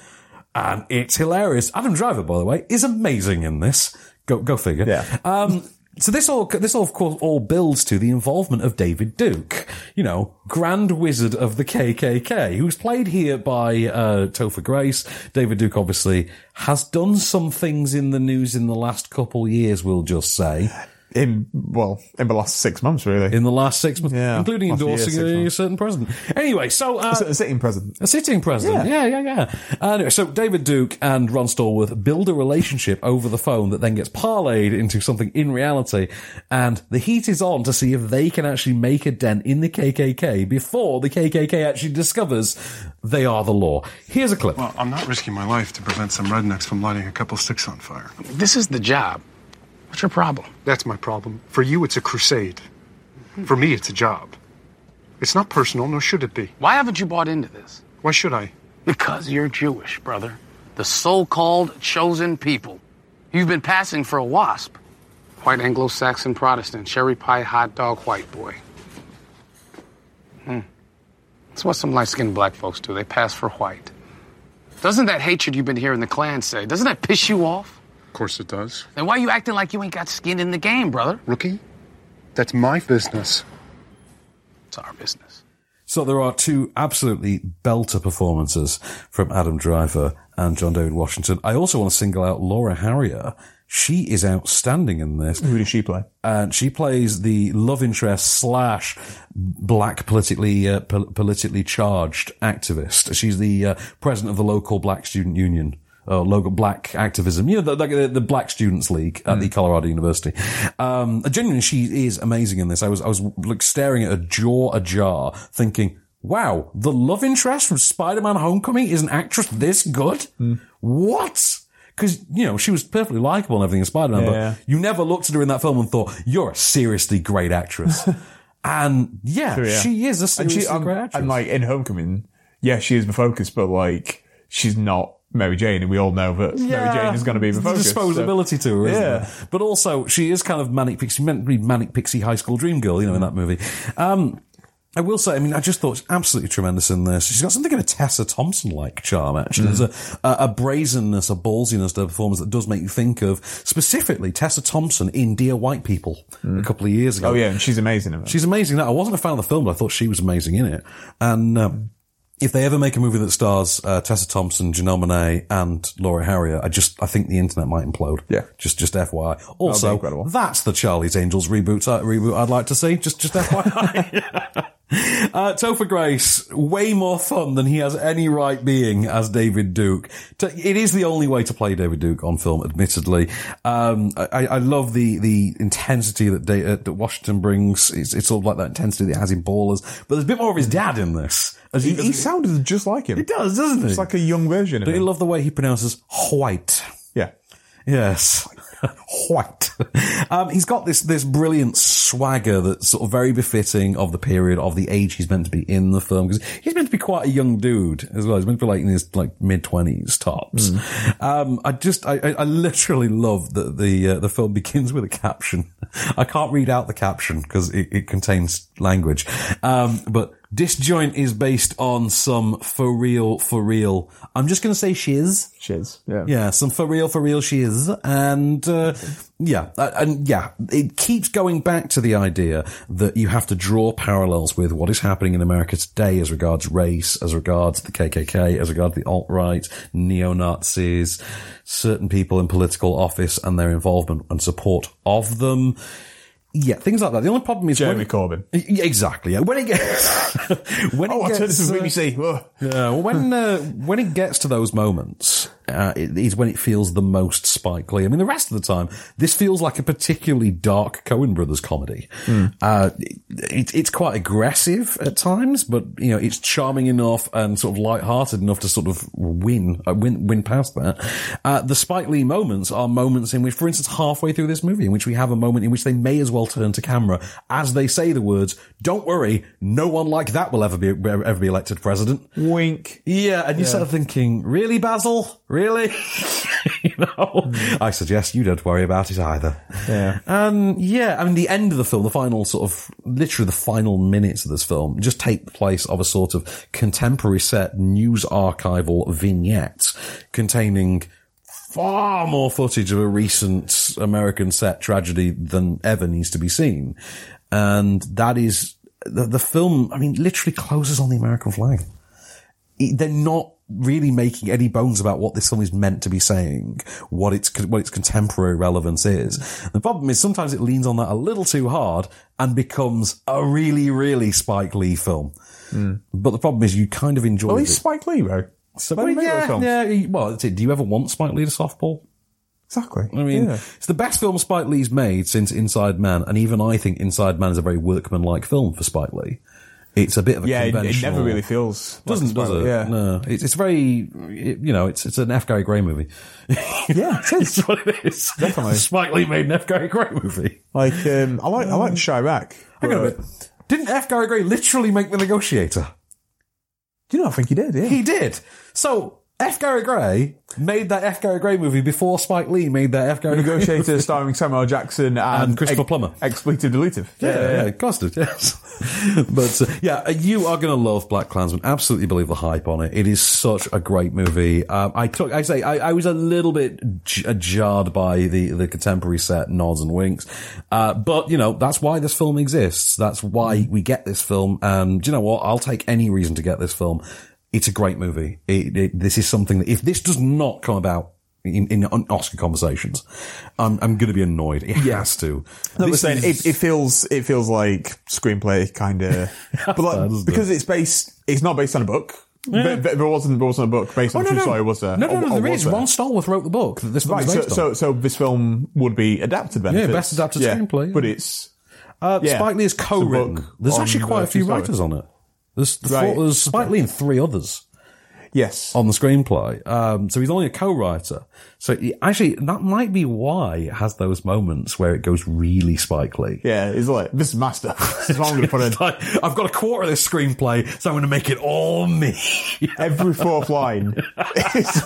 S1: and it's hilarious. Adam Driver, by the way, is amazing in this. Go go figure.
S2: Yeah.
S1: Um, so this all this all of course all builds to the involvement of David Duke, you know, Grand Wizard of the KKK, who's played here by uh, Topher Grace. David Duke obviously has done some things in the news in the last couple years. We'll just say
S2: in well in the last six months really.
S1: in the last six months,
S2: Yeah.
S1: including
S2: Last
S1: endorsing
S2: year, six
S1: a,
S2: months.
S1: certain president. Anyway, so uh,
S2: S- sitting president.
S1: A sitting president. Yeah, yeah,
S2: Yeah.
S1: yeah. Anyway, so David Duke and Ron Stallworth build a relationship over the phone that then gets parlayed into something in reality. And the heat is on to see if they can actually make a dent in the KKK before the KKK actually discovers they are the law. Here's a clip.
S20: Well, I'm not risking my life to prevent some rednecks from lighting a couple sticks on fire.
S6: This is the job. What's your problem?
S20: That's my problem. For you, it's a crusade. For me, it's a job. It's not personal, nor should it be.
S6: Why haven't you bought into this?
S20: Why should I?
S6: Because you're Jewish, brother. The so called chosen people. You've been passing for a wasp. White Anglo Saxon Protestant, cherry pie hot dog white boy. Hmm. That's what some light skinned black folks do. They pass for white. Doesn't that hatred you've been hearing the Klan say, doesn't that piss you off?
S20: Of course it does.
S6: Then why are you acting like you ain't got skin in the game, brother?
S20: Rookie, that's my business.
S6: It's our business.
S1: So there are two absolutely belter performances from Adam Driver and John David Washington. I also want to single out Laura Harrier. She is outstanding in this.
S2: Who does she play?
S1: and she plays the love interest slash black politically uh, pol- politically charged activist. She's the uh, president of the local black student union. Uh, local black activism, you know, the, the, the Black Students League at the Colorado University. Um, genuinely, she is amazing in this. I was, I was like staring at her jaw ajar, thinking, wow, the love interest from Spider-Man Homecoming is an actress this good? What? Because, you know, she was perfectly likable and everything in Spider-Man,
S2: Yeah.
S1: but you never looked at her in that film and thought, you're a seriously great actress. and yeah,
S2: Sure, yeah.
S1: she is a
S2: And
S1: seriously
S2: she, um, and,
S1: great actress.
S2: and like in Homecoming, yeah, she is the focus, but like she's not Mary Jane, and we all know that Mary Jane is going to be the
S1: the
S2: focus. so-
S1: disposability to her, isn't
S2: Yeah.
S1: yeah. But also, she is kind of manic pixie, meant to be manic pixie high school dream girl, you know, in that movie. Um, I will say, I mean, I just thought it's absolutely tremendous in this. She's got something of a Tessa Thompson like charm,
S2: Mm.
S1: actually. There's a, a, a brazenness, a ballsiness to her performance that does make you think of specifically Tessa Thompson in Dear White People a couple of years ago.
S2: oh yeah, and she's amazing. In it.
S1: She's amazing. in That I wasn't a fan of the film, but I thought she was amazing in it. And um, if they ever make a movie that stars uh, Tessa Thompson, Janelle Monáe, and Laura Harrier, I just I think the internet might implode.
S2: Yeah.
S1: just just FYI. Also,
S2: incredible.
S1: that's the Charlie's Angels reboot uh, reboot I'd like to see. Just just FYI. Uh, Topher Grace, way more fun than he has any right being as David Duke. T- It is the only way to play David Duke on film, admittedly. Um, I, I love the, the intensity that, da- uh, that Washington brings. It's, it's sort of like that intensity that he has in Ballers, but there's a bit more of his dad in this. As
S2: he, he sounded just like him.
S1: he does, doesn't he?
S2: It's like a young version of
S1: Don't you
S2: him.
S1: love the way he pronounces white?
S2: yeah.
S1: Yes. White. Um, he's got this this brilliant swagger that's sort of very befitting of the period of the age he's meant to be in the film because he's meant to be quite a young dude as well. He's meant to be like in his like mid twenties tops. Um, I just I, I, I literally love that the uh, the film begins with a caption. I can't read out the caption because it, it contains language. Um, but Disjoint is based on some for real, for real. I'm just going to say shiz.
S2: Shiz, yeah.
S1: Yeah, some for real, for real shiz. And, uh, yeah, uh, and yeah, it keeps going back to the idea that you have to draw parallels with what is happening in America today as regards race, as regards the KKK, as regards the alt-right, neo-Nazis, certain people in political office and their involvement and support of them. Yeah, things like that. The only problem is
S2: Jeremy
S1: when it-
S2: Corbyn.
S1: Yeah, exactly. Yeah. When it gets when
S2: Oh,
S1: it gets,
S2: alternative
S1: uh,
S2: BBC. Ugh.
S1: yeah, well, when uh, when it gets to those moments, uh, it is when it feels the most Spike Lee. I mean, the rest of the time, this feels like a particularly dark Cohen Brothers comedy. Uh, it, it- it's quite aggressive at times, but you know, it's charming enough and sort of light-hearted enough to sort of win uh, win win past that. Uh, the Spike Lee moments are moments in which, for instance, halfway through this movie, in which we have a moment in which they may as well turn to camera as they say the words, "Don't worry, no one like that will ever be ever be elected president."
S2: Hmm. Wink.
S1: Yeah, and you're sort of thinking, really, Basil? Really? you know? I suggest you don't worry about it either.
S2: Yeah.
S1: Um, yeah, I mean, the end of the film, the final sort of, literally the final minutes of this film just take the place of a sort of contemporary set news archival vignette containing far more footage of a recent American set tragedy than ever needs to be seen. And that is, the, the film, I mean, literally closes on the American flag it- they're not really making any bones about what this film is meant to be saying, what its what its contemporary relevance is. The problem is sometimes it leans on that a little too hard and becomes a really really Spike Lee film. But the problem is you kind of enjoy.
S2: Well,
S1: it.
S2: he's Spike Lee, though.
S1: So,
S2: Spike
S1: well,
S2: Lee made those
S1: yeah,
S2: films.
S1: yeah, he- Well, that's it. Do you ever want Spike Lee to softball?
S2: Exactly.
S1: I mean,
S2: Yeah.
S1: it's the best film Spike Lee's made since Inside Man, and even I think Inside Man is a very workman-like film for Spike Lee. It's a bit of a
S2: Yeah, it- it never
S1: conventional-
S2: really feels like
S1: doesn't
S2: Spike
S1: does it?
S2: Lee, yeah.
S1: no. It's, it's very it- you know it's it's an F Gary Gray movie.
S2: yeah, it is.
S1: That's what it is.
S2: Definitely.
S1: Spike Lee made an F Gary Gray movie.
S2: Like, um, I like I like Chirac.
S1: Hang on a
S2: but-
S1: bit. Didn't F Gary Gray literally make The Negotiator?
S2: Do you know? I think he did. Yeah.
S1: He did. So F Gary Gray made that F Gary Gray movie before Spike Lee made that F Gary Gray
S2: Negotiator starring Samuel Jackson and,
S1: And Christopher Plummer.
S2: Expletive deletive.
S1: yeah, yeah, custard, yes. but uh, yeah, uh, you are going to love Black Klansman. Absolutely believe the hype on it. It is such a great movie. Um, I took, I say, I, I was a little bit j- uh, jarred by the the contemporary set nods and winks, uh, but you know that's why this film exists. That's why we get this film. And do you know what? I'll take any reason to get this film. It's a great movie. It, it, this is something that if this does not come about. In, in Oscar conversations, I'm, I'm going to be annoyed. It has to.
S2: No, but
S1: This
S2: saying
S1: is-
S2: it, it feels it feels like screenplay kind of, but like,
S1: doesn't
S2: because it's based, it's not based on a book. There, there wasn't there wasn't a book based on a true story, was
S1: Oh,
S2: there?
S1: No, no,
S2: Or-
S1: no.
S2: or
S1: there
S2: was
S1: is. Ron Stallworth wrote the book that this film
S2: Oh, Right,
S1: is
S2: so,
S1: based on.
S2: so so this film would be adapted then.
S1: Yeah,
S2: if it's-
S1: best adapted screenplay, yeah.
S2: But it's
S1: uh,
S2: yeah.
S1: Spike Lee is
S2: It's a
S1: co-written.
S2: book
S1: There's
S2: on,
S1: actually quite
S2: uh,
S1: a few
S2: true story.
S1: writers on it. There's, the
S2: Right.
S1: four, there's Spike Lee and three others
S2: yes.
S1: on the screenplay. Um, so he's only a co-writer. So he, actually, that might be why it has those moments where it goes really Spike Lee.
S2: Yeah, it's like this is my stuff. This is what I'm going to put in.
S1: It's like, I've got a quarter of this screenplay, so I'm going to make it all me.
S2: Every fourth line. It's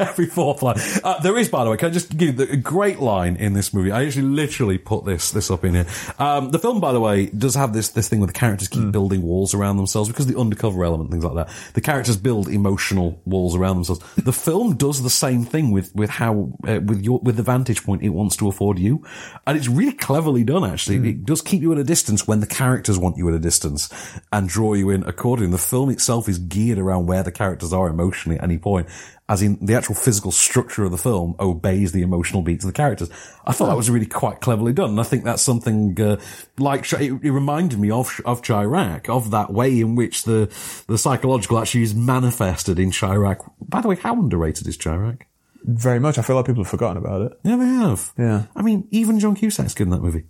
S1: Every fourth line. Uh, there is, by the way, can I just give you the, a great line in this movie? I actually literally put this this up in here. Um, the film, by the way, does have this this thing where the characters keep building walls around themselves because of the undercover element, things like that. The characters build emotional walls around themselves. The film does the same thing with with how uh, with your with the vantage point it wants to afford you, and it's really cleverly done. Actually, it does keep you at a distance when the characters want you at a distance and draw you in accordingly. The film itself is geared around where the characters are emotionally at any point as in the actual physical structure of the film obeys the emotional beats of the characters. I
S2: Oh.
S1: thought that was really quite cleverly done. And I think that's something, uh, like, Chi- it, it reminded me of, of Chirac, of that way in which the, the psychological actually is manifested in Chirac. By the way, how underrated is Chirac?
S2: very much. I feel like people have forgotten about it.
S1: Yeah, they have.
S2: Yeah.
S1: I mean, even John Cusack's good in that movie.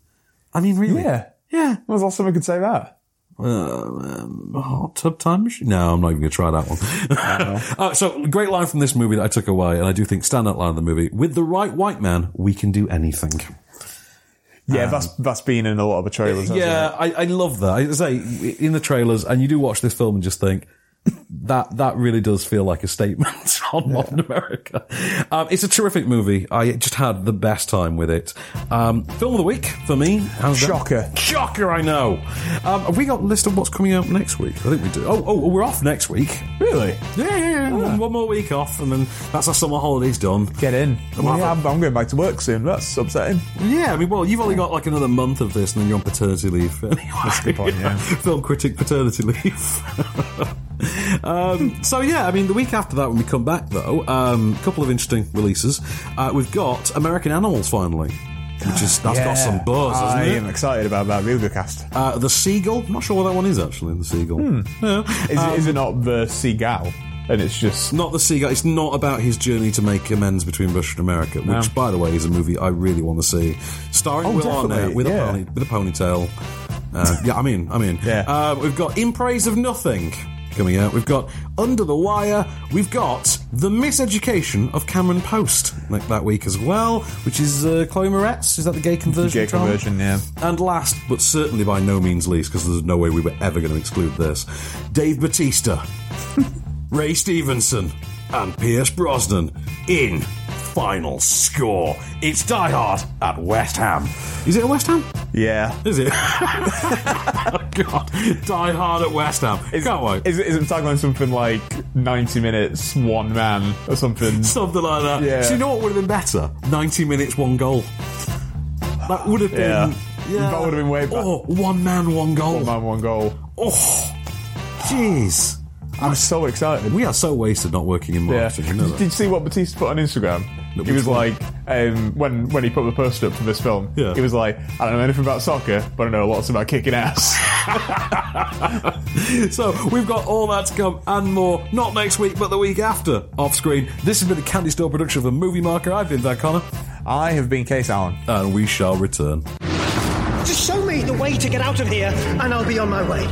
S1: I mean, really?
S2: Yeah.
S1: Yeah.
S2: When was the last time I could say that?
S1: Uh, um, hot tub time machine? No, I'm not even going to try that one. uh, so, great line from this movie that I took away, and I do think standout line of the movie: "With the right white man, we can do anything."
S2: Yeah, that's
S1: Um,
S2: that's been in a lot of the trailers. hasn't
S1: Yeah, I, I love that. I say in the trailers, and you do watch this film and just think, that that really does feel like a statement on modern America. Um, it's a terrific movie. I just had the best time with it. Um, film of the week for me. How's that?
S2: Shocker.
S1: Shocker, I know. Um, have we got a list of what's coming out next week? I think we do. Oh, oh, we're off next week.
S2: Really? Ah.
S1: Yeah, yeah, yeah. One, one more week off, and then that's our summer holidays done.
S2: Get in. Yeah, I'm, I'm going back to work soon. That's upsetting.
S1: Yeah, I mean, well, you've only got like another month of this, and then you're on paternity leave.
S2: That's a good point, yeah.
S1: Film critic paternity leave. um, so yeah, I mean, the week after that, when we come back, though, um, a couple of interesting releases. Uh, we've got American Animals finally, which is that's
S2: Yeah.
S1: got some buzz, hasn't
S2: I
S1: it?
S2: am excited about that Ruger cast.
S1: Uh, the Seagull. I'm not sure what that one is actually. The Seagull.
S2: Hmm. Is, is
S1: um,
S2: it not the seagull? And it's just
S1: Not the Seagull. It's not about his journey to make amends between Russia and America, which, by the way, is a movie I really want to see, starring
S2: Oh,
S1: Will Arnett
S2: definitely,
S1: with
S2: yeah.
S1: a pony, with a ponytail. Uh, yeah, I'm in. I'm in. Yeah. Uh, we've got In Praise of Nothing coming out. We've got Under the Wire. We've got The Miseducation of Cameron Post like that week as well, which is uh, Chloe Moretz. Is that the gay conversion?
S2: gay
S1: drama?
S2: conversion. Yeah.
S1: And last, but certainly by no means least, because there's no way we were ever going to exclude this, Dave Batista, Ray Stevenson, and Pierce Brosnan in final score. It's Die Hard at West Ham. Is it at West Ham?
S2: Yeah.
S1: Is it? oh, God, Die Hard at West Ham. Can't wait.
S2: Is, is it tagline something like 90 minutes, one man, or something?
S1: Something like that.
S2: Yeah.
S1: So you know what would have been better? 90 minutes, one goal. That would have been.
S2: Yeah.
S1: Yeah.
S2: That would have been way better.
S1: Oh, one man, one goal.
S2: One man, one goal.
S1: Oh, jeez.
S2: I'm so excited.
S1: We are so wasted not working in
S2: Yeah.
S1: March. Did you know
S2: Did you
S1: that?
S2: see what Batista put on Instagram?
S1: No,
S2: he was
S1: which
S2: like, um, when when he put the post up for this film,
S1: Yeah.
S2: he was like, I don't know anything about soccer, but I know lots about kicking ass.
S1: so we've got all that to come and more, not next week, but the week after, off screen. This has been a Candy Store production for Movie Marker. I've been Dan Connor.
S2: I have been Case Allen.
S1: And we shall return.
S3: Just show me the way to get out of here, and I'll be on my way.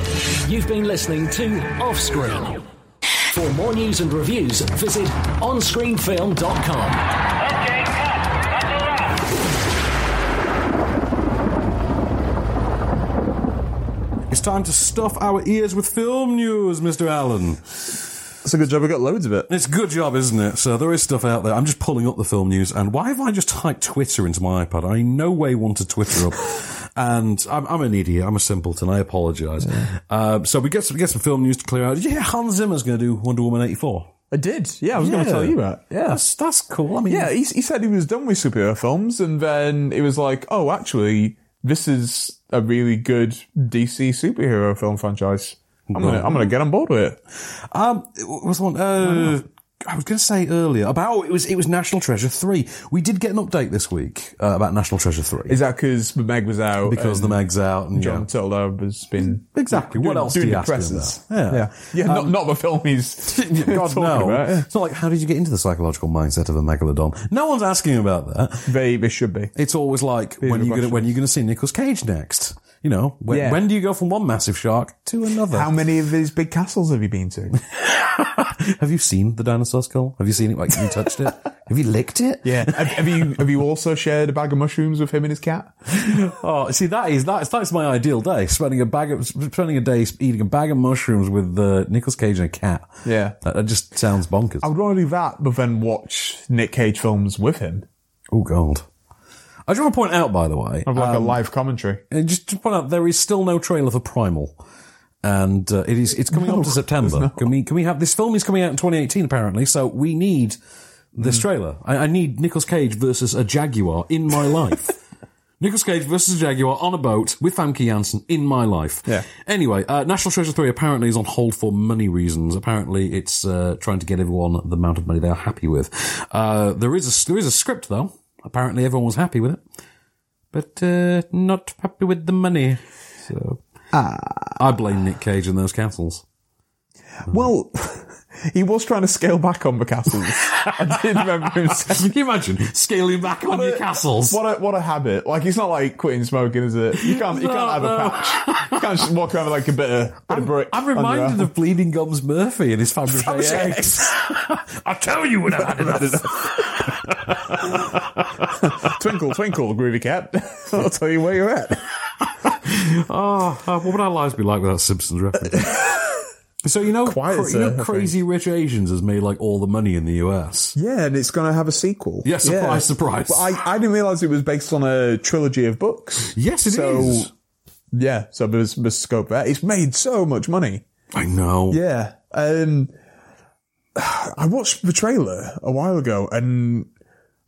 S3: You've been listening to Offscreen. For more news and reviews, visit onscreenfilm.com.
S1: It's time to stuff our ears with film news, Mr. Allen.
S2: That's a good job. We got loads of it.
S1: It's a good job, isn't it? So there is stuff out there. I'm just pulling up the film news, and why have I just typed Twitter into my iPad? I in no way want to Twitter up, and I'm, I'm an idiot. I'm a simpleton. I apologise. Uh, so we get some, we get some film news to clear out. Did you hear Hans Zimmer's going to do Wonder Woman 84?
S2: I did. Yeah, I was going to
S1: Yeah.
S2: tell you that. Yeah.
S1: That's that's cool. I mean,
S2: Yeah, he, he said he was done with superhero films, and then he was like, oh, actually, this is a really good DC superhero film franchise. I'm gonna, I'm gonna get on board with it.
S1: Um, what was the one? Uh, I was going to say earlier about oh, it was it was National Treasure three. We did get an update this week uh, about National Treasure three
S2: Is that because Meg was out?
S1: because the
S2: and
S1: mag's out and
S2: John
S1: yeah.
S2: Toldo has been
S1: Exactly.
S2: doing,
S1: what else
S2: doing
S1: do you
S2: the
S1: ask him
S2: presses.
S1: about?
S2: yeah, yeah. not, not the film he's
S1: God,
S2: talking
S1: no.
S2: about. yeah.
S1: It's not like, how did you get into the psychological mindset of a megalodon? No one's asking about that.
S2: They, they should be.
S1: It's always like, when are,
S2: the
S1: you gonna,
S2: question.
S1: when are you going to see Nicolas Cage next? You know, when,
S2: Yeah.
S1: when do you go from one massive shark to another?
S2: How many of his big castles have you been to?
S1: have you seen the dinosaur skull? Have you seen it? Like, have you touched it? Have you licked it?
S2: yeah. Have, have you have you also shared a bag of mushrooms with him and his cat?
S1: Oh, see, that is that's that's my ideal day. Spending a bag of spending a day eating a bag of mushrooms with uh, Nicolas Cage and a cat.
S2: Yeah.
S1: that, that just sounds bonkers.
S2: I would want to do that, but then watch Nick Cage films with him.
S1: Oh god! I just want to point out, by the way,
S2: Have like a live commentary.
S1: And just to point out, there is still no trailer for Primal, and uh, it is it's coming up to September. Can we can we have this film is coming out in 2018 apparently? So we need this trailer. I, I need Nicolas Cage versus a jaguar in my life. Nicolas Cage versus a jaguar on a boat with Famke Janssen in my life.
S2: Yeah.
S1: Anyway, uh, National Treasure Three apparently is on hold for money reasons. Apparently, it's uh, trying to get everyone the amount of money they are happy with. Uh, there is a there is a script though. Apparently, everyone was happy with it but uh, not happy with the money. So I blame Nick Cage and those castles.
S2: Well, he was trying to scale back on the castles. I did remember him saying.
S1: Can you imagine scaling back on your castles?
S2: What a what a habit! Like it's not like quitting smoking, is it? You can't you
S1: No,
S2: can't have
S1: no.
S2: a patch. You can't just walk around with like a bit of, bit of brick.
S1: I'm
S2: on your
S1: reminded
S2: arm.
S1: of Bleeding Gums Murphy and his Fabergé
S2: Fabergé
S1: eggs. I tell you when I've had enough.
S2: twinkle twinkle groovy cat. I'll tell you where you're at.
S1: Ah, oh, uh, what would our lives be like without Simpsons reference? So you know,
S2: Quieter,
S1: cra- you know
S2: I think.
S1: Crazy Rich Asians has made like all the money in the US.
S2: Yeah, and it's going to have a sequel.
S1: Yeah, surprise, surprise.
S2: Well, I, I didn't realize it was based on a trilogy of books.
S1: Yes, it
S2: it is.
S1: is.
S2: Yeah, so there's, there's scope there. It's made so much money.
S1: I know.
S2: Yeah. Um, I watched the trailer a while ago and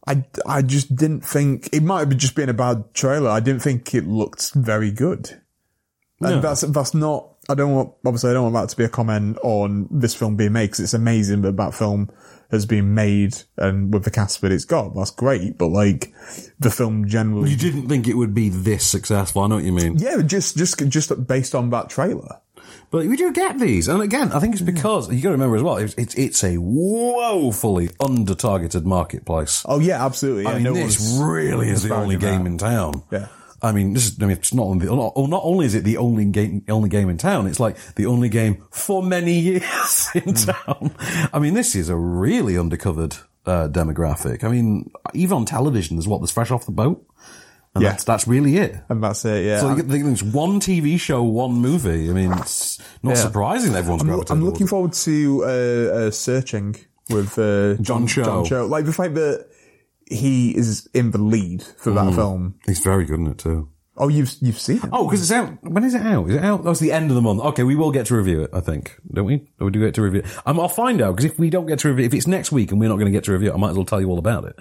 S2: I, I just didn't think it might have just been a bad trailer. I didn't think it looked very good. And
S1: No.
S2: that's, that's not, I don't want, obviously, I don't want that to be a comment on this film being made 'cause it's amazing that that film has been made and with the cast that it's got. That's great. But like the film generally.
S1: You didn't think it would be this successful. I know what you mean.
S2: Yeah, just just just based on that trailer.
S1: But we do get these, and again, I think it's because you got to remember as well. It's, it's it's a woefully under-targeted marketplace.
S2: Oh yeah, absolutely.
S1: I
S2: Yeah,
S1: mean,
S2: no
S1: this
S2: one's-
S1: really is
S2: one's
S1: the only
S2: bargaining
S1: game
S2: that.
S1: in town.
S2: Yeah.
S1: I mean, this is, I mean, it's not only, the, not, oh, not only is it the only game, only game in town, it's like the only game for many years in
S2: Hmm.
S1: town. I mean, this is a really undercovered, uh, demographic. I mean, even on television, there's what, there's Fresh Off the Boat? And
S2: Yeah.
S1: that's, that's really it.
S2: And that's it. Yeah.
S1: So you
S2: I'm-
S1: get, there's one TV show, one movie. I mean, it's not
S2: Yeah.
S1: surprising that everyone's
S2: I'm,
S1: gravitated
S2: I'm
S1: towards
S2: looking forward to uh, uh, searching with uh,
S1: John Cho.
S2: John Cho. Like the fact that he is in the lead for that
S1: Mm.
S2: film.
S1: He's very good in it too.
S2: Oh, you've you've seen it?
S1: Oh, because it's out. When is it out? Is it out? That's the end of the month. Okay, we will get to review it. I think, don't we? Or we do get to review. It? Um, I'll find out because if we don't get to review, if it's next week and we're not going to get to review, it, I might as well tell you all about it.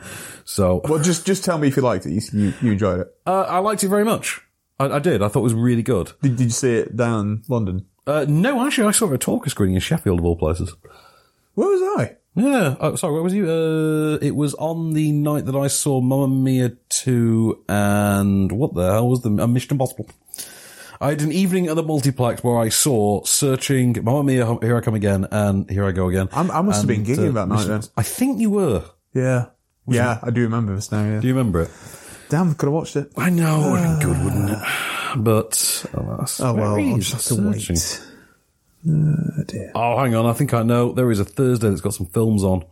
S1: So,
S2: well, just just tell me if you liked it. You you, you enjoyed it.
S1: Uh, I liked it very much. I, I did. I thought it was really good.
S2: Did, did you see it down London?
S1: Uh, no, actually, I saw a talker screening in Sheffield of all places.
S2: Where was I?
S1: Yeah. Oh, sorry, where was you? Uh, it was on the night that I saw Mamma Mia 2 and what the hell was the uh, Mission Impossible? I had an evening at the multiplex where I saw Searching, Mamma Mia, Here I Come Again, and Here I Go Agaagain.
S2: I'm- I must have been gigging that night
S1: Mission-
S2: then.
S1: I think you were.
S2: Yeah.
S1: Was
S2: yeah, I do remember this now. Yeah.
S1: Do you remember it?
S2: Damn, could have watched it.
S1: I know. it would have been good, wouldn't it? But, alas.
S2: Oh well,
S1: where
S2: I'll
S1: is
S2: just have to Uh, wait.
S1: Searching? Oh, hang on. I think I know. There is a Thursday that's got some films on.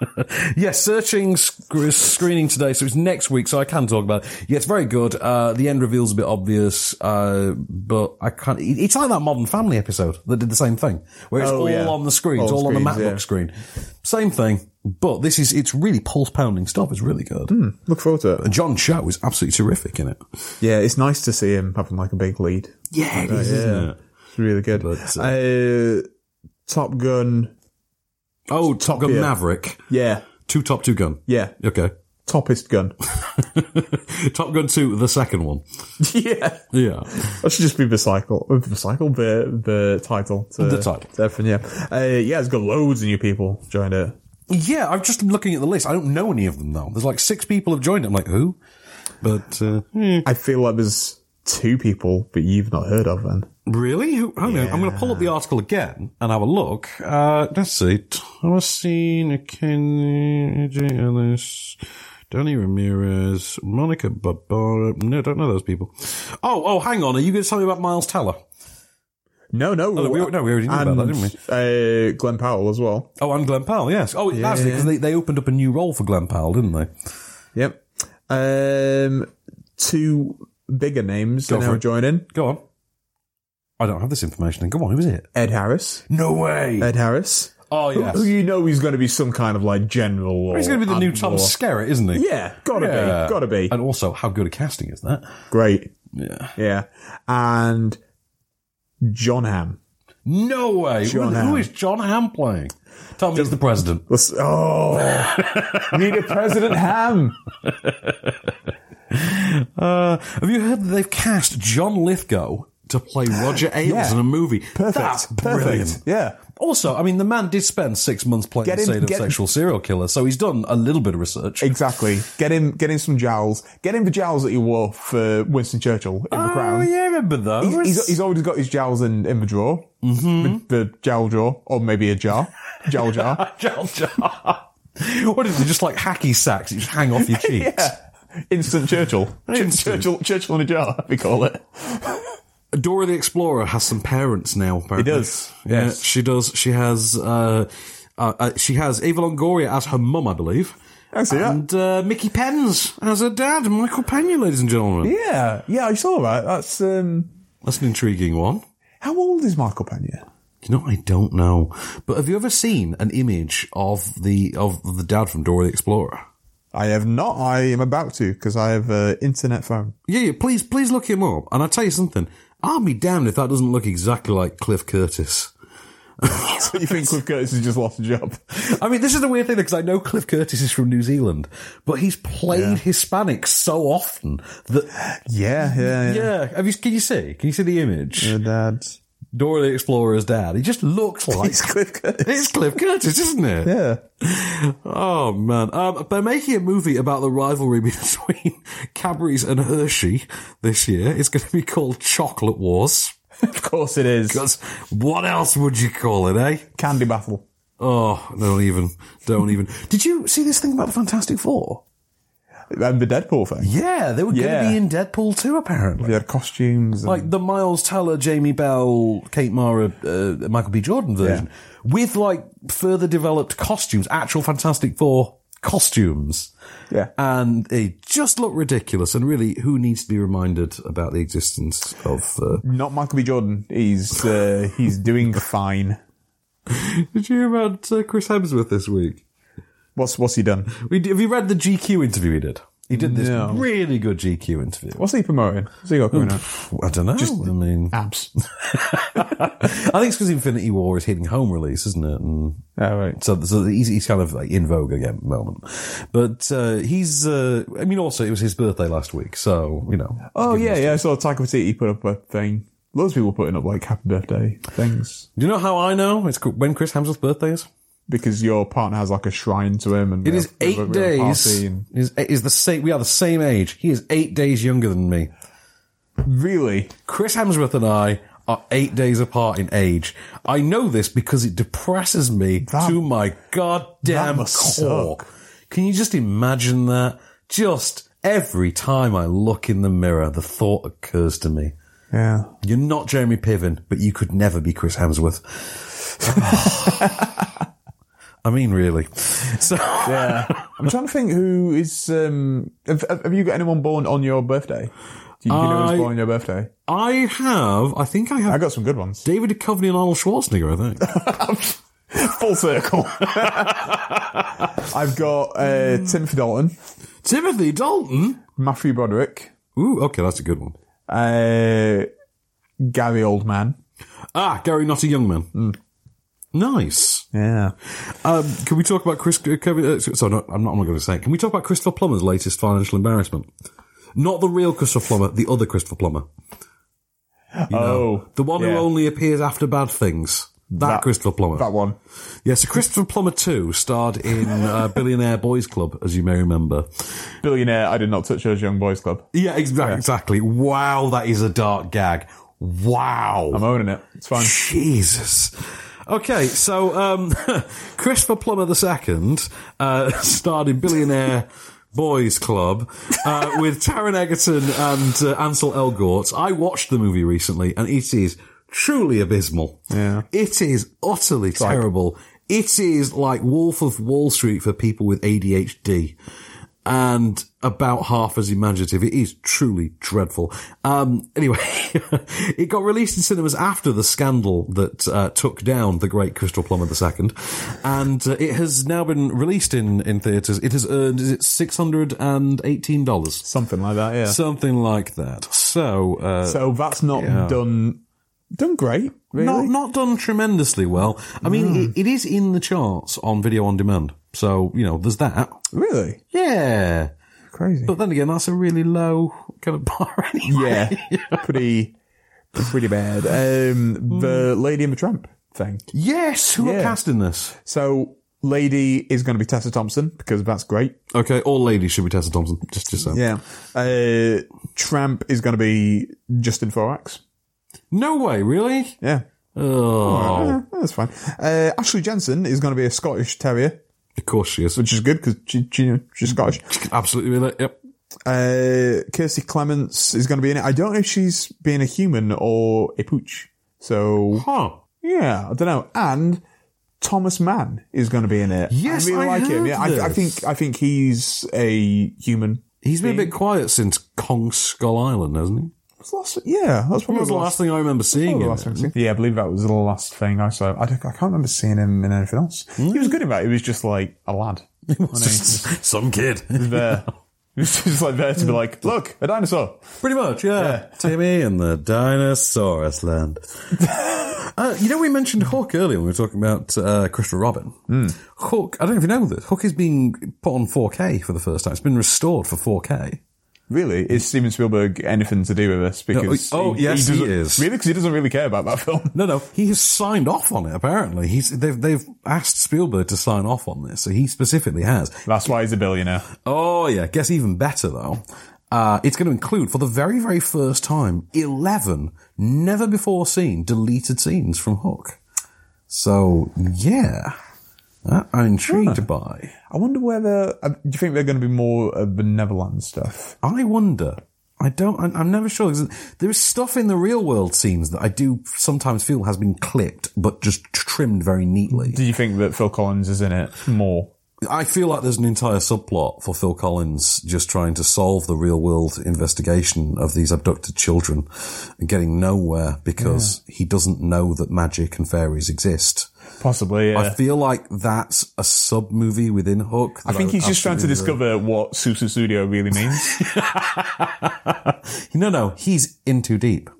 S1: yes, searching sc- screening today, so it's next week, so I can talk about it. Yes, very good. Uh, the end reveal's a bit obvious, uh, but I can't. it- It's like that Modern Family episode that did the same thing, where it's
S2: Oh,
S1: all
S2: yeah.
S1: on the screen, it's
S2: All
S1: all on the
S2: screens,
S1: MacBook
S2: yeah.
S1: screen. Same thing, but this is it's really pulse pounding stuff. It's really good.
S2: Look forward to it.
S1: John Cho is absolutely terrific in it.
S2: Yeah, it's nice to see him having like a big lead.
S1: Yeah, it
S2: Uh,
S1: is, isn't
S2: yeah.
S1: it?
S2: It's really good.
S1: But,
S2: uh, Top Gun.
S1: Oh, Top Gun
S2: Gear.
S1: Maverick,
S2: Yeah.
S1: two Top Two Gun.
S2: Yeah.
S1: Okay,
S2: Toppest gun.
S1: Top Gun Two, the second one.
S2: yeah.
S1: Yeah.
S2: That should just be the cycle. uh, The cycle, the, the title. To,
S1: The title.
S2: to everything, yeah. Uh, yeah, it's got loads of new people joined it.
S1: Yeah, I'm just looking at the list. I don't know any of them though. There's like six people have joined. I'm like, who? But uh,
S2: I feel like there's two people that you've not heard of then.
S1: really, who? Hang on, I'm going to pull up the article again and have a look. Uh, let's see. Thomas Seen, Kenny, AJ Ellis, Danny Ramirez, Monica Barbara. No, don't know those people. Oh, oh, hang on. Are you going to tell me about Miles Teller?
S2: No, no.
S1: no, Oh, we- no, we already knew about that, didn't
S2: we? Uh, Glenn Powell as well.
S1: Oh, and Glenn Powell. Yes. Oh, yeah. actually, because they, they opened up a new role for Glenn Powell, didn't they?
S2: Yep. Um, two bigger names
S1: Go
S2: are
S1: for
S2: now
S1: it.
S2: joining.
S1: Go on. I don't have this information. Then go on. Who is it?
S2: Ed Harris.
S1: No way.
S2: Ed Harris.
S1: oh
S2: Uh, Who-
S1: yes.
S2: Who, you know he's going to be some kind of like general. Or
S1: He's going to be the new Tom
S2: admiral.
S1: Skerritt, isn't he?
S2: Yeah, gotta
S1: Yeah.
S2: be, gotta be.
S1: And also, how good a casting is that?
S2: Great.
S1: Yeah.
S2: Yeah. And John Ham.
S1: No way.
S2: John
S1: who,
S2: Hamm.
S1: who is John Ham playing? Tell me he's the president.
S2: Let's- oh, need a President Ham.
S1: Uh, have you heard that they've cast John Lithgow to play Roger Ailes
S2: Yeah.
S1: in a movie?
S2: Perfect.
S1: That's
S2: Perfect.
S1: brilliant.
S2: Yeah.
S1: Also, I mean, the man did spend six months playing
S2: Get
S1: the
S2: him-
S1: state of
S2: get-
S1: sexual serial killer, so he's done a little bit of research.
S2: Exactly. Get him. Get him some jowls. Get him the jowls that he wore for Winston Churchill in the
S1: Oh,
S2: Crown.
S1: yeah, I remember those.
S2: He's, he's, he's already got his jowls in, in the drawer, mm-hmm. the, the jowl drawer, or maybe a jar, jowl jar.
S1: Jowl jar. What is it? Just like hacky sacks, you just hang off your cheeks.
S2: Instant Churchill.
S1: Instant.
S2: Churchill, Churchill in a jar, we call it.
S1: Dora the Explorer has some parents now. Apparently.
S2: does,
S1: Yeah,
S2: yes.
S1: she does. She has. Uh, uh, uh, she has Eva Longoria as her mum, I believe.
S2: I see that.
S1: And uh, Mickey Penn's as her dad, Michael Pena, ladies and gentlemen.
S2: Yeah, yeah, I saw that. That's um,
S1: That's an intriguing one.
S2: how old is Michael Pena?
S1: You know, I don't know. But have you ever seen an image of the of the dad from Dora the Explorer?
S2: I have not. I am about to because I have an internet phone.
S1: Yeah, yeah, please, please look him up. And I'll tell you something. I'll be damned if that doesn't look exactly like Cliff Curtis.
S2: so you think Cliff Curtis has just lost a job?
S1: I mean, this is the weird thing because I know Cliff Curtis is from New Zealand, but he's played Hispanic so often that
S2: yeah, yeah, yeah.
S1: Have you? Can you see? Can you see the image?
S2: Your dad,
S1: Dora the Explorer's dad. He just looks like
S2: It's Cliff Curtis.
S1: It's Cliff Curtis, isn't it?
S2: Yeah.
S1: Oh man. Um, they're making a movie about the rivalry between Cadbury's and Hershey this year. It's going to be called Chocolate Wars.
S2: Of course it is.
S1: what else would you call it, eh?
S2: Candy battle.
S1: Oh, don't even, don't even. Did you see this thing about the Fantastic Four?
S2: And the Deadpool thing.
S1: Yeah, they were going to
S2: Yeah.
S1: be in Deadpool too, apparently.
S2: They had costumes. And,
S1: Like the Miles Teller, Jamie Bell, Kate Mara, uh, Michael B. Jordan version, with like further developed costumes, actual Fantastic Four costumes.
S2: Yeah.
S1: And it just looked ridiculous. And really, who needs to be reminded about the existence of. Uh...
S2: not Michael B. Jordan. He's uh, he's doing fine.
S1: Did you hear about uh, Chris Hemsworth this week?
S2: What's what's he done?
S1: We, have you read the GQ interview he did? He did this
S2: No.
S1: really good GQ interview.
S2: What's he promoting? What's he got coming out?
S1: I don't know. I mean,
S2: Abs.
S1: I think it's because Infinity War is hitting home release, isn't it? And
S2: Oh, right.
S1: so, so he's, he's kind of like in vogue again at the moment. But uh, he's, uh, I mean, also it was his birthday last week, so you know.
S2: Oh yeah, yeah. I saw Taika Waititi put up a thing. Loads of people putting up like happy birthday things
S1: Do you know how I know it's co- when Chris Hemsworth's birthday is?
S2: because your partner has like a shrine to him, and
S1: It
S2: they
S1: is
S2: have- they
S1: eight
S2: have a real
S1: days.
S2: party and-
S1: Is is the same? We are the same age. He is eight days younger than me.
S2: Really?
S1: Chris Hemsworth and I are eight days apart in age. I know this because it depresses me
S2: That-
S1: to my
S2: that
S1: goddamn core.
S2: must suck.
S1: Can you just imagine that? Just every time I look in the mirror, the thought occurs to me.
S2: Yeah.
S1: You're not Jeremy Piven, but you could never be Chris Hemsworth. I mean, really. So,
S2: Yeah. I'm trying to think who is. Um, have, have you got anyone born on your birthday? Do you, do you know
S1: I-
S2: who's born on your birthday?
S1: I have, I think I have
S2: I got some good ones.
S1: David Duchovny and Arnold Schwarzenegger, I think.
S2: Full circle. I've got uh, Timothy Dalton,
S1: Timothy Dalton?
S2: Matthew Broderick,
S1: Ooh, okay, that's a good one.
S2: uh, Gary Oldman.
S1: Ah, Gary, not a young man. Nice.
S2: Hmm. Yeah.
S1: Um, can we talk about Chris? Uh, Kevin- uh, sorry, no, I'm not, I'm not going to say. it. Can we talk about Christopher Plummer's latest financial embarrassment? Not the real Christopher Plummer, the other Christopher Plummer,
S2: oh,
S1: the one who
S2: yeah.
S1: only appears after bad things. That, Christopher Plummer.
S2: that one.
S1: Yeah, so Christopher Plummer too starred in uh, Billionaire Boys Club, as you may remember.
S2: Billionaire. I did not touch those young boys club.
S1: Yeah, exactly. exactly. Wow, that is a dark gag. Wow.
S2: I'm owning it. It's fine.
S1: Jesus. Okay, so um, Christopher Plummer II uh, starred in Billionaire Boys Club uh, with Taron Egerton and uh, Ansel Elgort. I watched the movie recently, and it is truly abysmal.
S2: Yeah.
S1: It is utterly terrible. It is like Wolf of Wall Street for people with ADHD and about half as imaginative. It is truly dreadful. Um, anyway, it got released in cinemas after the scandal that uh, took down the great Crystal Plummer II, and uh, it has now been released in in theaters. It has earned is it six hundred and eighteen dollars,
S2: Something like that. Yeah. So,
S1: something like that. So. Uh,
S2: that's not done. Done great. Really.
S1: not, not done tremendously well. I mean, it, it is in the charts on video on demand. So, you know, there's that.
S2: really.
S1: Yeah.
S2: Crazy.
S1: But then again, that's a really low kind of bar anyway.
S2: Yeah, pretty, pretty bad. Um, the Lady and the Tramp thing.
S1: Yes, who are
S2: Yeah.
S1: cast in this?
S2: So, Lady is going to be Tessa Thompson because that's great.
S1: Okay, all ladies should be Tessa Thompson. Just, just so.
S2: Yeah. Uh, Tramp is going to be Justin Forax.
S1: No way, really?
S2: Yeah.
S1: Oh,
S2: Yeah, that's fine. Uh, Ashley Jensen is going to be a Scottish Terrier,
S1: of course she is.
S2: which is good because she, she, you know, she's Scottish.
S1: Absolutely, really. Yep.
S2: Uh, Kirsty Clements is going to be in it. I don't know if she's being a human or a pooch. So
S1: Huh.
S2: Yeah, I don't know. And Thomas Mann is going to be in it.
S1: Yes,
S2: I really
S1: I
S2: like him.
S1: heard
S2: Yeah, I, I
S1: this.
S2: think I think he's a human.
S1: He's been a bit quiet since Kong Skull Island, hasn't he?
S2: yeah,
S1: That
S2: that's probably
S1: was the last thing I remember seeing.
S2: Probably
S1: him
S2: the last
S1: in.
S2: thing I've seen. Yeah, I believe that was the last thing I saw. I, don't- I can't remember seeing him in anything else. He was good in that. He was just like a lad.
S1: Some kid.
S2: there. He was just like there to be like, look, a dinosaur.
S1: Pretty much, yeah. Timmy and the Dinosaurus Land. uh, you know, we mentioned Hook earlier when we were talking about uh, Christopher Robin. Hook, I don't know if you know this, Hook is being put on 4K for the first time. It's been restored for 4K.
S2: Really? Is Steven Spielberg anything to do with this? Because
S1: oh, yes, he
S2: doesn't-
S1: is.
S2: Really? Because he doesn't really care about that film.
S1: No, no, he has signed off on it, apparently. He's, they've, they've asked Spielberg to sign off on this, so he specifically has.
S2: That's why he's a billionaire.
S1: Oh, yeah. Guess even better, though. Uh, it's going to include, for the very, very first time, 11 never before seen deleted scenes from Hook. So, yeah. That I'm intrigued by.
S2: I wonder whether. Uh, do you think they're going to be more of the Neverland stuff?
S1: I wonder. I don't, I'm, I'm never sure. 'cause There is stuff in the real world scenes that I do sometimes feel has been clipped, but just trimmed very neatly.
S2: Do you think that Phil Collins is in it more?
S1: I feel like there's an entire subplot for Phil Collins just trying to solve the real world investigation of these abducted children and getting nowhere because he doesn't know that magic and fairies exist.
S2: Possibly, yeah.
S1: I feel like that's a sub movie within Hook.
S2: I
S1: that
S2: think
S1: would
S2: he's just trying to
S1: absolutely
S2: discover what Susu Studio really means.
S1: love. No, no, he's in too deep.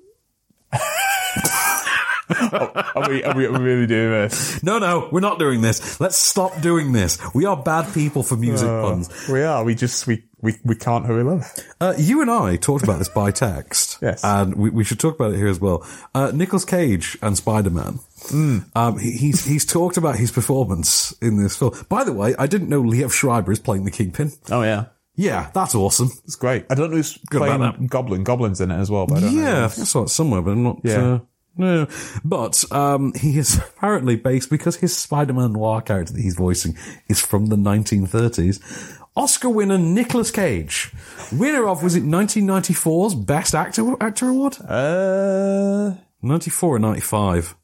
S2: are, we, are we really doing this?
S1: No, no, we're not doing this. Let's stop doing this. We are bad people for music
S2: Oh,
S1: puns.
S2: We are. We just we we, we can't hurry love.
S1: Uh, you and I talked about this by text. yes. And we, we should talk about it here as well. Uh, Nicolas Cage and Spider Man.
S2: Hmm.
S1: Um, he, he's, he's talked about his performance in this film. By the way, I didn't know Liev Schreiber is playing the Kingpin.
S2: Oh yeah.
S1: Yeah, that's awesome.
S2: It's great. I don't know who's
S1: Good about
S2: playing Goblin. Goblin's in it as well, but I don't know.
S1: Yeah, I think I saw it somewhere, but I'm not.
S2: Yeah.
S1: Uh, no, but um, he is apparently based because his Spider-Man noir character that he's voicing is from the 1930s. Oscar winner Nicolas Cage, winner of was it 1994's Best Actor Actor Award?
S2: Uh,
S1: 94 or 95?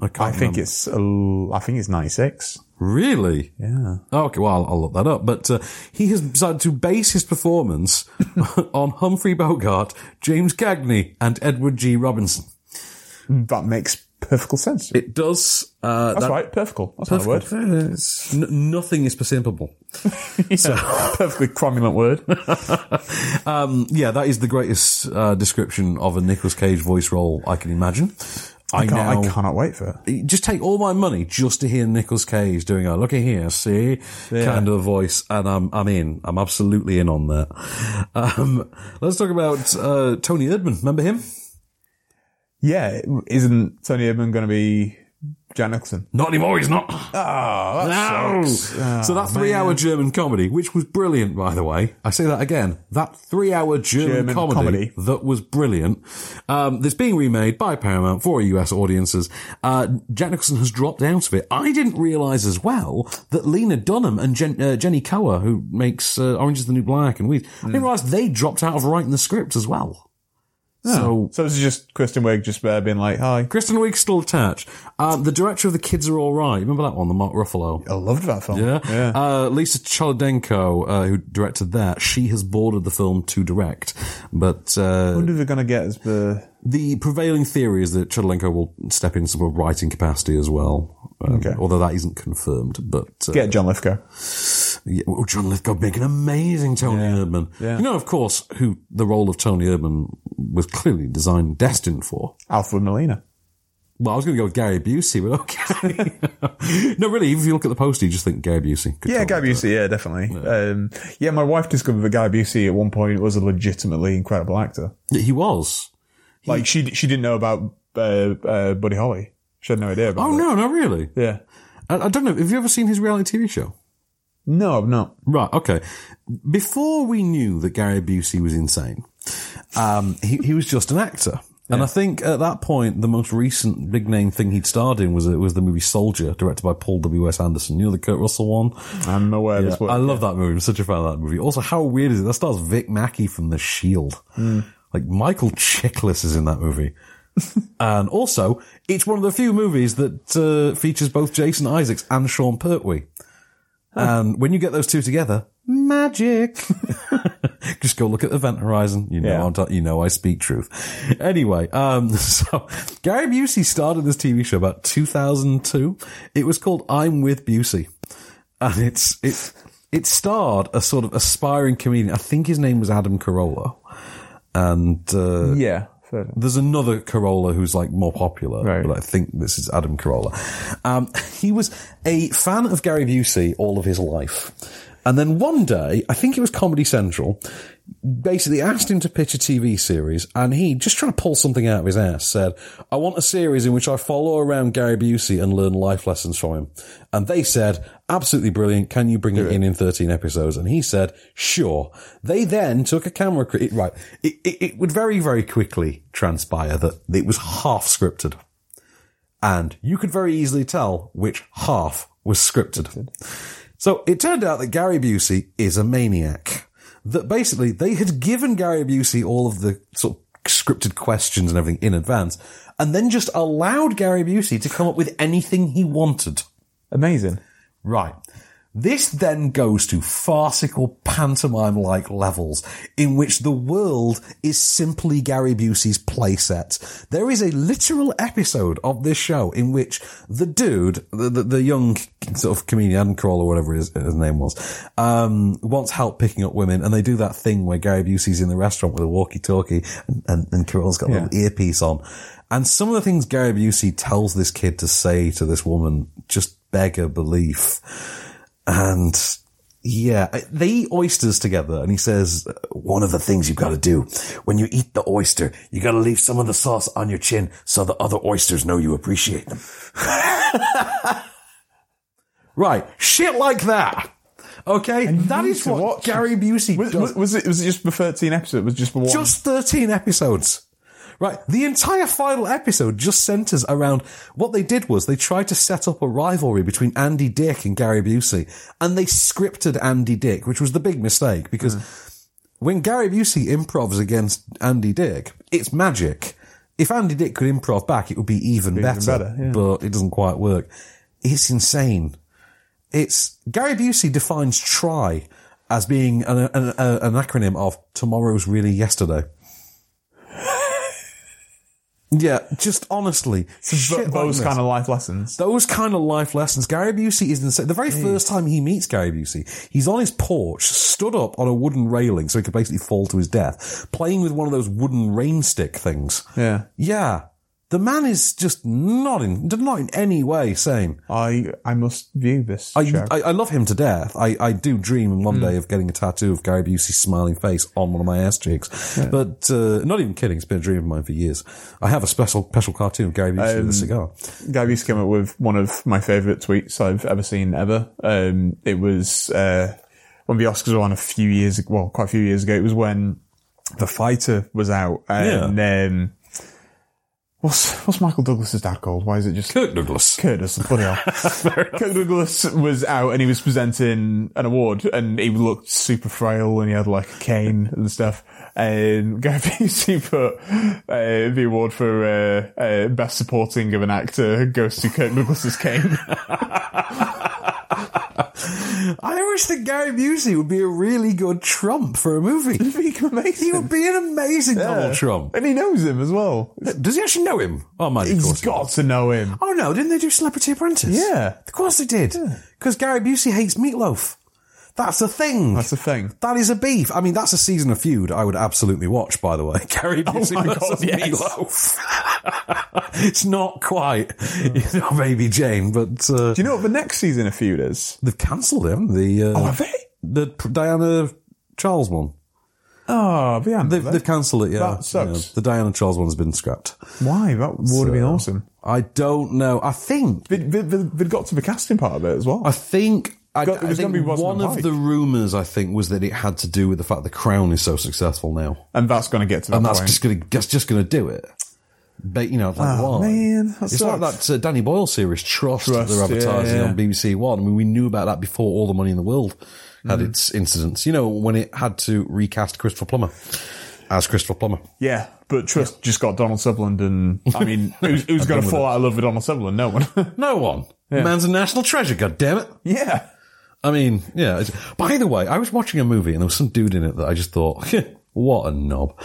S1: I can't.
S2: I think it's uh, I think it's ninety six.
S1: Really? Oh,
S2: Yeah.
S1: Okay, well, I'll, I'll look that up. But uh, he has decided to base his performance on Humphrey Bogart, James Cagney, and Edward G. Robinson.
S2: That makes perfect sense.
S1: It does. Uh,
S2: That's
S1: that-
S2: right. Perfect. That's not a word.
S1: It's- n- nothing is simple.
S2: So perfectly cromulent word.
S1: Um, yeah, that is the greatest uh, description of a Nicolas Cage voice role I can imagine. I,
S2: can't- I
S1: cannot
S2: wait for
S1: it. Just take all my money just to hear Nicolas Cage doing a "Look at here, see" kind of voice, and I'm I'm in. I'm absolutely in on that. Um, let's talk about uh, Tony Erdman. Remember him?
S2: Yeah, isn't Tony Edmund going to be Jack Nicholson?
S1: Not anymore. He's not.
S2: Oh, that
S1: No.
S2: sucks. Oh,
S1: so that three-hour
S2: man.
S1: German comedy, which was brilliant, by the way. I say that again. That three-hour German,
S2: German
S1: comedy,
S2: comedy.
S1: that was brilliant. Um, that's being remade by Paramount for US audiences. Uh, Jack Nicholson has dropped out of it. I didn't realise as well that Lena Dunham and Jen, uh, Jenny Coa, who makes uh, Orange is the New Black and Weeds, I didn't realise they dropped out of writing the script as well. So
S2: Ah. So, so this is just Kristen Wiig just there being like, hi.
S1: Kristen Wiig's still attached. Um, the director of The Kids Are All Right. Remember that one, the Mark Ruffalo?
S2: I loved that film.
S1: Yeah.
S2: yeah.
S1: Uh, Lisa Cholodenko, uh, who directed that, she has boarded the film to direct. But
S2: I
S1: uh,
S2: wonder if they're going to get as the.
S1: the prevailing theory is that Cholodenko will step in some sort of writing capacity as well. Um,
S2: Okay.
S1: Although that isn't confirmed. But uh,
S2: Get John Lithgow.
S1: yeah, well, John Lithgow would make an amazing Tony Erdman.
S2: Yeah.
S1: You know, of course, who the role of Tony Erdman was clearly designed, destined for.
S2: Alfred Molina.
S1: Well, I was going to go with Gary Busey, but okay. no, really, if you look at the poster, you just think Gary Busey. Could
S2: Yeah,
S1: totally
S2: Guy Busey. Yeah, definitely. Um, yeah, my wife discovered that Guy Busey at one point was a legitimately incredible actor.
S1: do it. He was.
S2: Like she she didn't know about uh, uh, Buddy Holly. She had no idea about.
S1: Oh,
S2: it.
S1: no, no, really.
S2: Yeah.
S1: I, I don't know. Have you ever seen his reality TV show?
S2: No, I'm not.
S1: Right. Okay. Before we knew that Gary Busey was insane, um, he, he was just an actor. And I think at that point, the most recent big name thing he'd starred in was uh, was the movie Soldier, directed by Paul W S Anderson. You know the Kurt Russell one.
S2: I'm aware
S1: Yeah,
S2: of this work.
S1: I love that movie. I'm such a fan of that movie. Also, how weird is it? That stars Vic Mackey from The Shield.
S2: Hmm.
S1: Like Michael Chiklis is in that movie. and also, it's one of the few movies that uh, features both Jason Isaacs and Sean Pertwee. And when you get those two together, magic. Just go look at the event horizon. You know,
S2: Yeah.
S1: I'm ta- you know, I speak truth. Anyway, um, so Gary Busey started this TV show about 2002. It was called I'm with Busey, and it's it it starred a sort of aspiring comedian. I think his name was Adam Carolla, and uh,
S2: Yeah,
S1: there's another Corolla who's like more popular, but I think this is Adam Carolla. Um, he was a fan of Gary Busey all of his life. And then one day, I think it was Comedy Central, basically asked him to pitch a TV series. And he, just trying to pull something out of his ass, said, I want a series in which I follow around Gary Busey and learn life lessons from him. And they said, absolutely brilliant. Can you bring it in in 13 episodes? And he said, sure. They then took a camera. Cr- it- right. It, it, it would very, very quickly transpire that it was half scripted. And you could very easily tell which half was scripted. So it turned out that Gary Busey is a maniac. That basically they had given Gary Busey all of the sort of scripted questions and everything in advance, and then just allowed Gary Busey to come up with anything he wanted.
S2: Amazing.
S1: Right. This then goes to farcical pantomime like levels in which the world is simply Gary Busey's playset. There is a literal episode of this show in which the dude, the, the, the young sort of comedian, Adam Carolla, whatever his, his name was, um, wants help picking up women and they do that thing where Gary Busey's in the restaurant with a walkie talkie and, and, and Carolla's got a little earpiece on. And some of the things Gary Busey tells this kid to say to this woman just beggar belief. And yeah, they eat oysters together. And he says, uh, one of the things you've got to do when you eat the oyster, you got to leave some of the sauce on your chin so the other oysters know you appreciate them. right. Shit like that. Okay. that is what Gary Busey
S2: was, was, was it was it just for 13 episodes? Was it just for one?
S1: just 13 episodes. Right. The entire final episode just centers around what they did was they tried to set up a rivalry between Andy Dick and Gary Busey and they scripted Andy Dick, which was the big mistake because when Gary Busey improvs against Andy Dick, it's magic. If Andy Dick could improv back, it would be even
S2: Be even
S1: better,
S2: better, yeah.
S1: but it doesn't quite work. It's insane it's Gary Busey defines try as being an, an, a- an acronym of tomorrow's really yesterday. yeah, just honestly, shit like
S2: those
S1: this.
S2: kind of life lessons.
S1: Those kind of life lessons. Gary Busey is insane. The very first time he meets Gary Busey, he's on his porch, stood up on a wooden railing so he could basically fall to his death, playing with one of those wooden rain stick things.
S2: Yeah.
S1: Yeah. The man is just not in not in any way sane.
S2: I I must view this.
S1: I, I, I love him to death. I, I do dream one day of getting a tattoo of Gary Busey's smiling face on one of my ass cheeks. But uh, not even kidding, it's been a dream of mine for years. I have a special special cartoon of Gary Busey with a
S2: Um,
S1: cigar.
S2: Guy Busey came up with one of my favourite tweets I've ever seen ever. Um, it was uh, when the Oscars were on a few years ago, well, quite a few years ago. It was when The Fighter was out. And um, what's, what's Michael Douglas's dad called? Why is it just
S1: Kirk Douglas?
S2: Kirk Douglas, bloody hell. Kirk Douglas was out and he was presenting an award and he looked super frail and he had like a cane and stuff. And Guy Busey put uh, the award for uh, uh, best supporting of an actor goes to Kirk Douglas's cane.
S1: I always think Gary Busey would be a really good Trump for a movie. He'd
S2: be amazing.
S1: He would be an amazing
S2: Yeah.
S1: Donald Trump.
S2: And he knows him as well.
S1: Does he actually know him? Oh, my
S2: He's got to know him.
S1: Oh no, didn't they do Celebrity Apprentice?
S2: Yeah.
S1: Of course they did. Because Gary Busey hates meatloaf. That's a thing.
S2: That's a thing.
S1: That is a beef. I mean, that's a season of feud I would absolutely watch, by the way. Gary
S2: Oh
S1: Busey
S2: my
S1: versus
S2: God, yes.
S1: meatloaf. it's not quite, you know, Baby Jane, but, uh,
S2: Do you know what the next season of Feud is?
S1: they've cancelled him. The, uh,
S2: Oh, have they?
S1: the P- Diana Charles one.
S2: Oh, yeah.
S1: They've, they've cancelled it, yeah.
S2: That sucks.
S1: Yeah, The Diana Charles one has been scrapped.
S2: Why? That would have been
S1: So-
S2: awesome.
S1: I don't know. I think
S2: They, they, they, they'd got to the casting part of it as well.
S1: I think. I,
S2: Got- it
S1: I
S2: was
S1: think
S2: gonna be Rosamund
S1: one of
S2: Pike.
S1: the rumors I think was that it had to do with the fact the Crown is so successful now,
S2: and that's going to get to that
S1: and that's
S2: point.
S1: just gonna that's just gonna do it. But you know, it's like
S2: Oh,
S1: why?
S2: man, that
S1: it's like
S2: sucks.
S1: that uh, Danny Boyle series Trust, that
S2: Trust,
S1: they're advertising
S2: yeah, yeah.
S1: on BBC One. I mean, we knew about that before All the Money in the World had
S2: Mm-hmm.
S1: its incidents. You know, when it had to recast Christopher Plummer as Christopher Plummer.
S2: Yeah, but Trust just got Donald Sutherland, and I mean, who's, who's
S1: done
S2: going to
S1: with
S2: fall out of love with Donald Sutherland? No one.
S1: No one. The Man's a national treasure. God damn it.
S2: yeah.
S1: I mean, yeah. it's- By the way, I was watching a movie and there was some dude in it that I just thought, what a knob.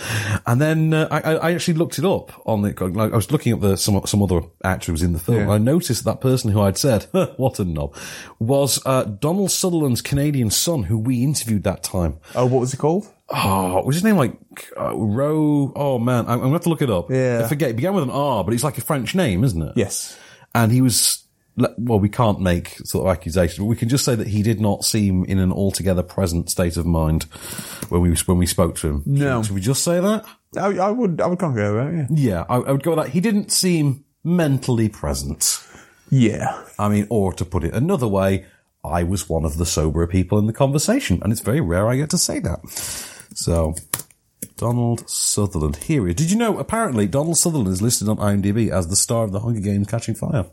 S1: And then uh, I, I I actually looked it up on the. Like, I was looking at the some some other actor who was in the film.
S2: Yeah.
S1: And I noticed that person who I'd said, what a knob, was uh, Donald Sutherland's Canadian son, who we interviewed that time.
S2: Oh, what was it called?
S1: Oh, was his name like uh, Ro? Oh man, I'm, I'm gonna have to look it up. Yeah, I forget. It began with an R, but it's like a French name, isn't it?
S2: Yes.
S1: And he was le- well, we can't make sort of accusations, but we can just say that he did not seem in an altogether present state of mind when we when we spoke to him.
S2: No.
S1: should we just say that?
S2: I, I would I would concur with that.
S1: Yeah, I, I would go with that. He didn't seem mentally present.
S2: Yeah.
S1: I mean, or to put it another way, I was one of the soberer people in the conversation, and it's very rare I get to say that. So, Donald Sutherland. Here he is. Did you know, apparently, Donald Sutherland is listed on IMDb as the star of The Hunger Games Catching Fire?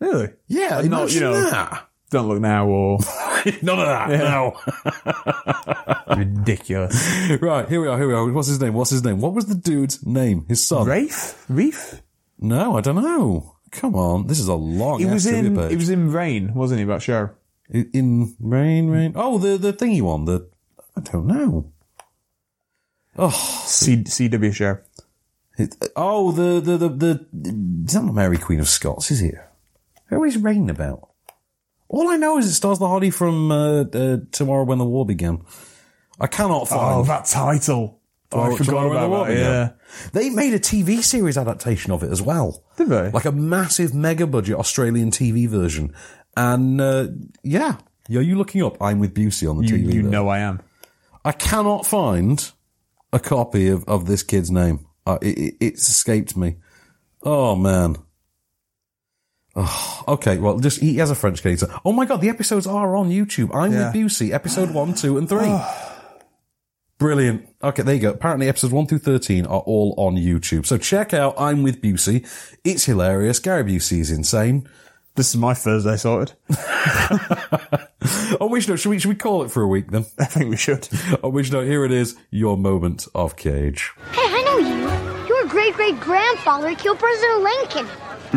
S2: Really?
S1: Yeah,
S2: And
S1: imagine that.
S2: Don't look now or
S1: None of that. No.
S2: ridiculous.
S1: Right, here we are, here we are. What's his name? What's his name? What was the dude's name? His son?
S2: Rafe? Reef?
S1: No, I don't know. Come on. This is a long
S2: It was
S1: ass trivia
S2: in
S1: page.
S2: it was in Rain, wasn't it? About show.
S1: In, in rain, rain. Oh, the the thingy one. The I don't know. Oh,
S2: C, CW show.
S1: It, oh, the the the the. It's not Mary Queen of Scots, is it? Who is Rain about? All I know is it stars the Hardy from uh, uh, Tomorrow When the War Began. I cannot find.
S2: Oh, that title. Oh, I forgot about that. Yeah.
S1: They made a TV series adaptation of it as well.
S2: Did they?
S1: Like a massive mega budget Australian TV version. And uh, yeah. Are you looking up I'm with Busey on the
S2: You,
S1: TV?
S2: you
S1: version?
S2: know I am.
S1: I cannot find a copy of, of this kid's name. Uh, it, it, it's escaped me. Oh man. Oh, okay, well, just he has a French character. Oh my god, the episodes are on YouTube. I'm
S2: Yeah.
S1: with Busey, episode one, two, and three. Brilliant. Okay, there you go. Apparently, episodes one through thirteen are all on YouTube. So check out I'm with Busey. It's hilarious. Gary Busey's insane.
S2: This is my Thursday sorted.
S1: On which note, should we should we call it for a week then?
S2: I think we should.
S1: On which note, here it is. Your moment of cage.
S14: Hey, I know you. Your great great grandfather killed President Lincoln.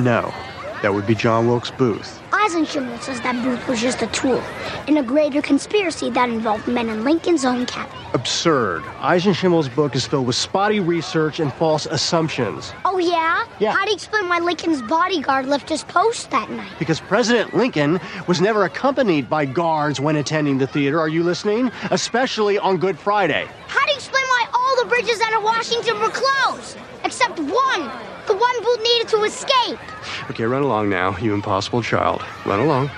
S20: No, that would be John Wilkes Booth.
S14: Eisenstein says that Booth was just a tool in a greater conspiracy that involved men in Lincoln's own cabinet.
S21: Absurd. Eisenschimmel's book is filled with spotty research and false assumptions.
S14: Oh, yeah? Yeah. How do you explain why Lincoln's bodyguard left his post that night?
S21: Because President Lincoln was never accompanied by guards when attending the theater, are you listening? Especially on Good Friday.
S14: How do you explain why all the bridges out of Washington were closed? Except one. The one Booth needed to escape.
S21: Okay, run along now, you impossible child. Run along.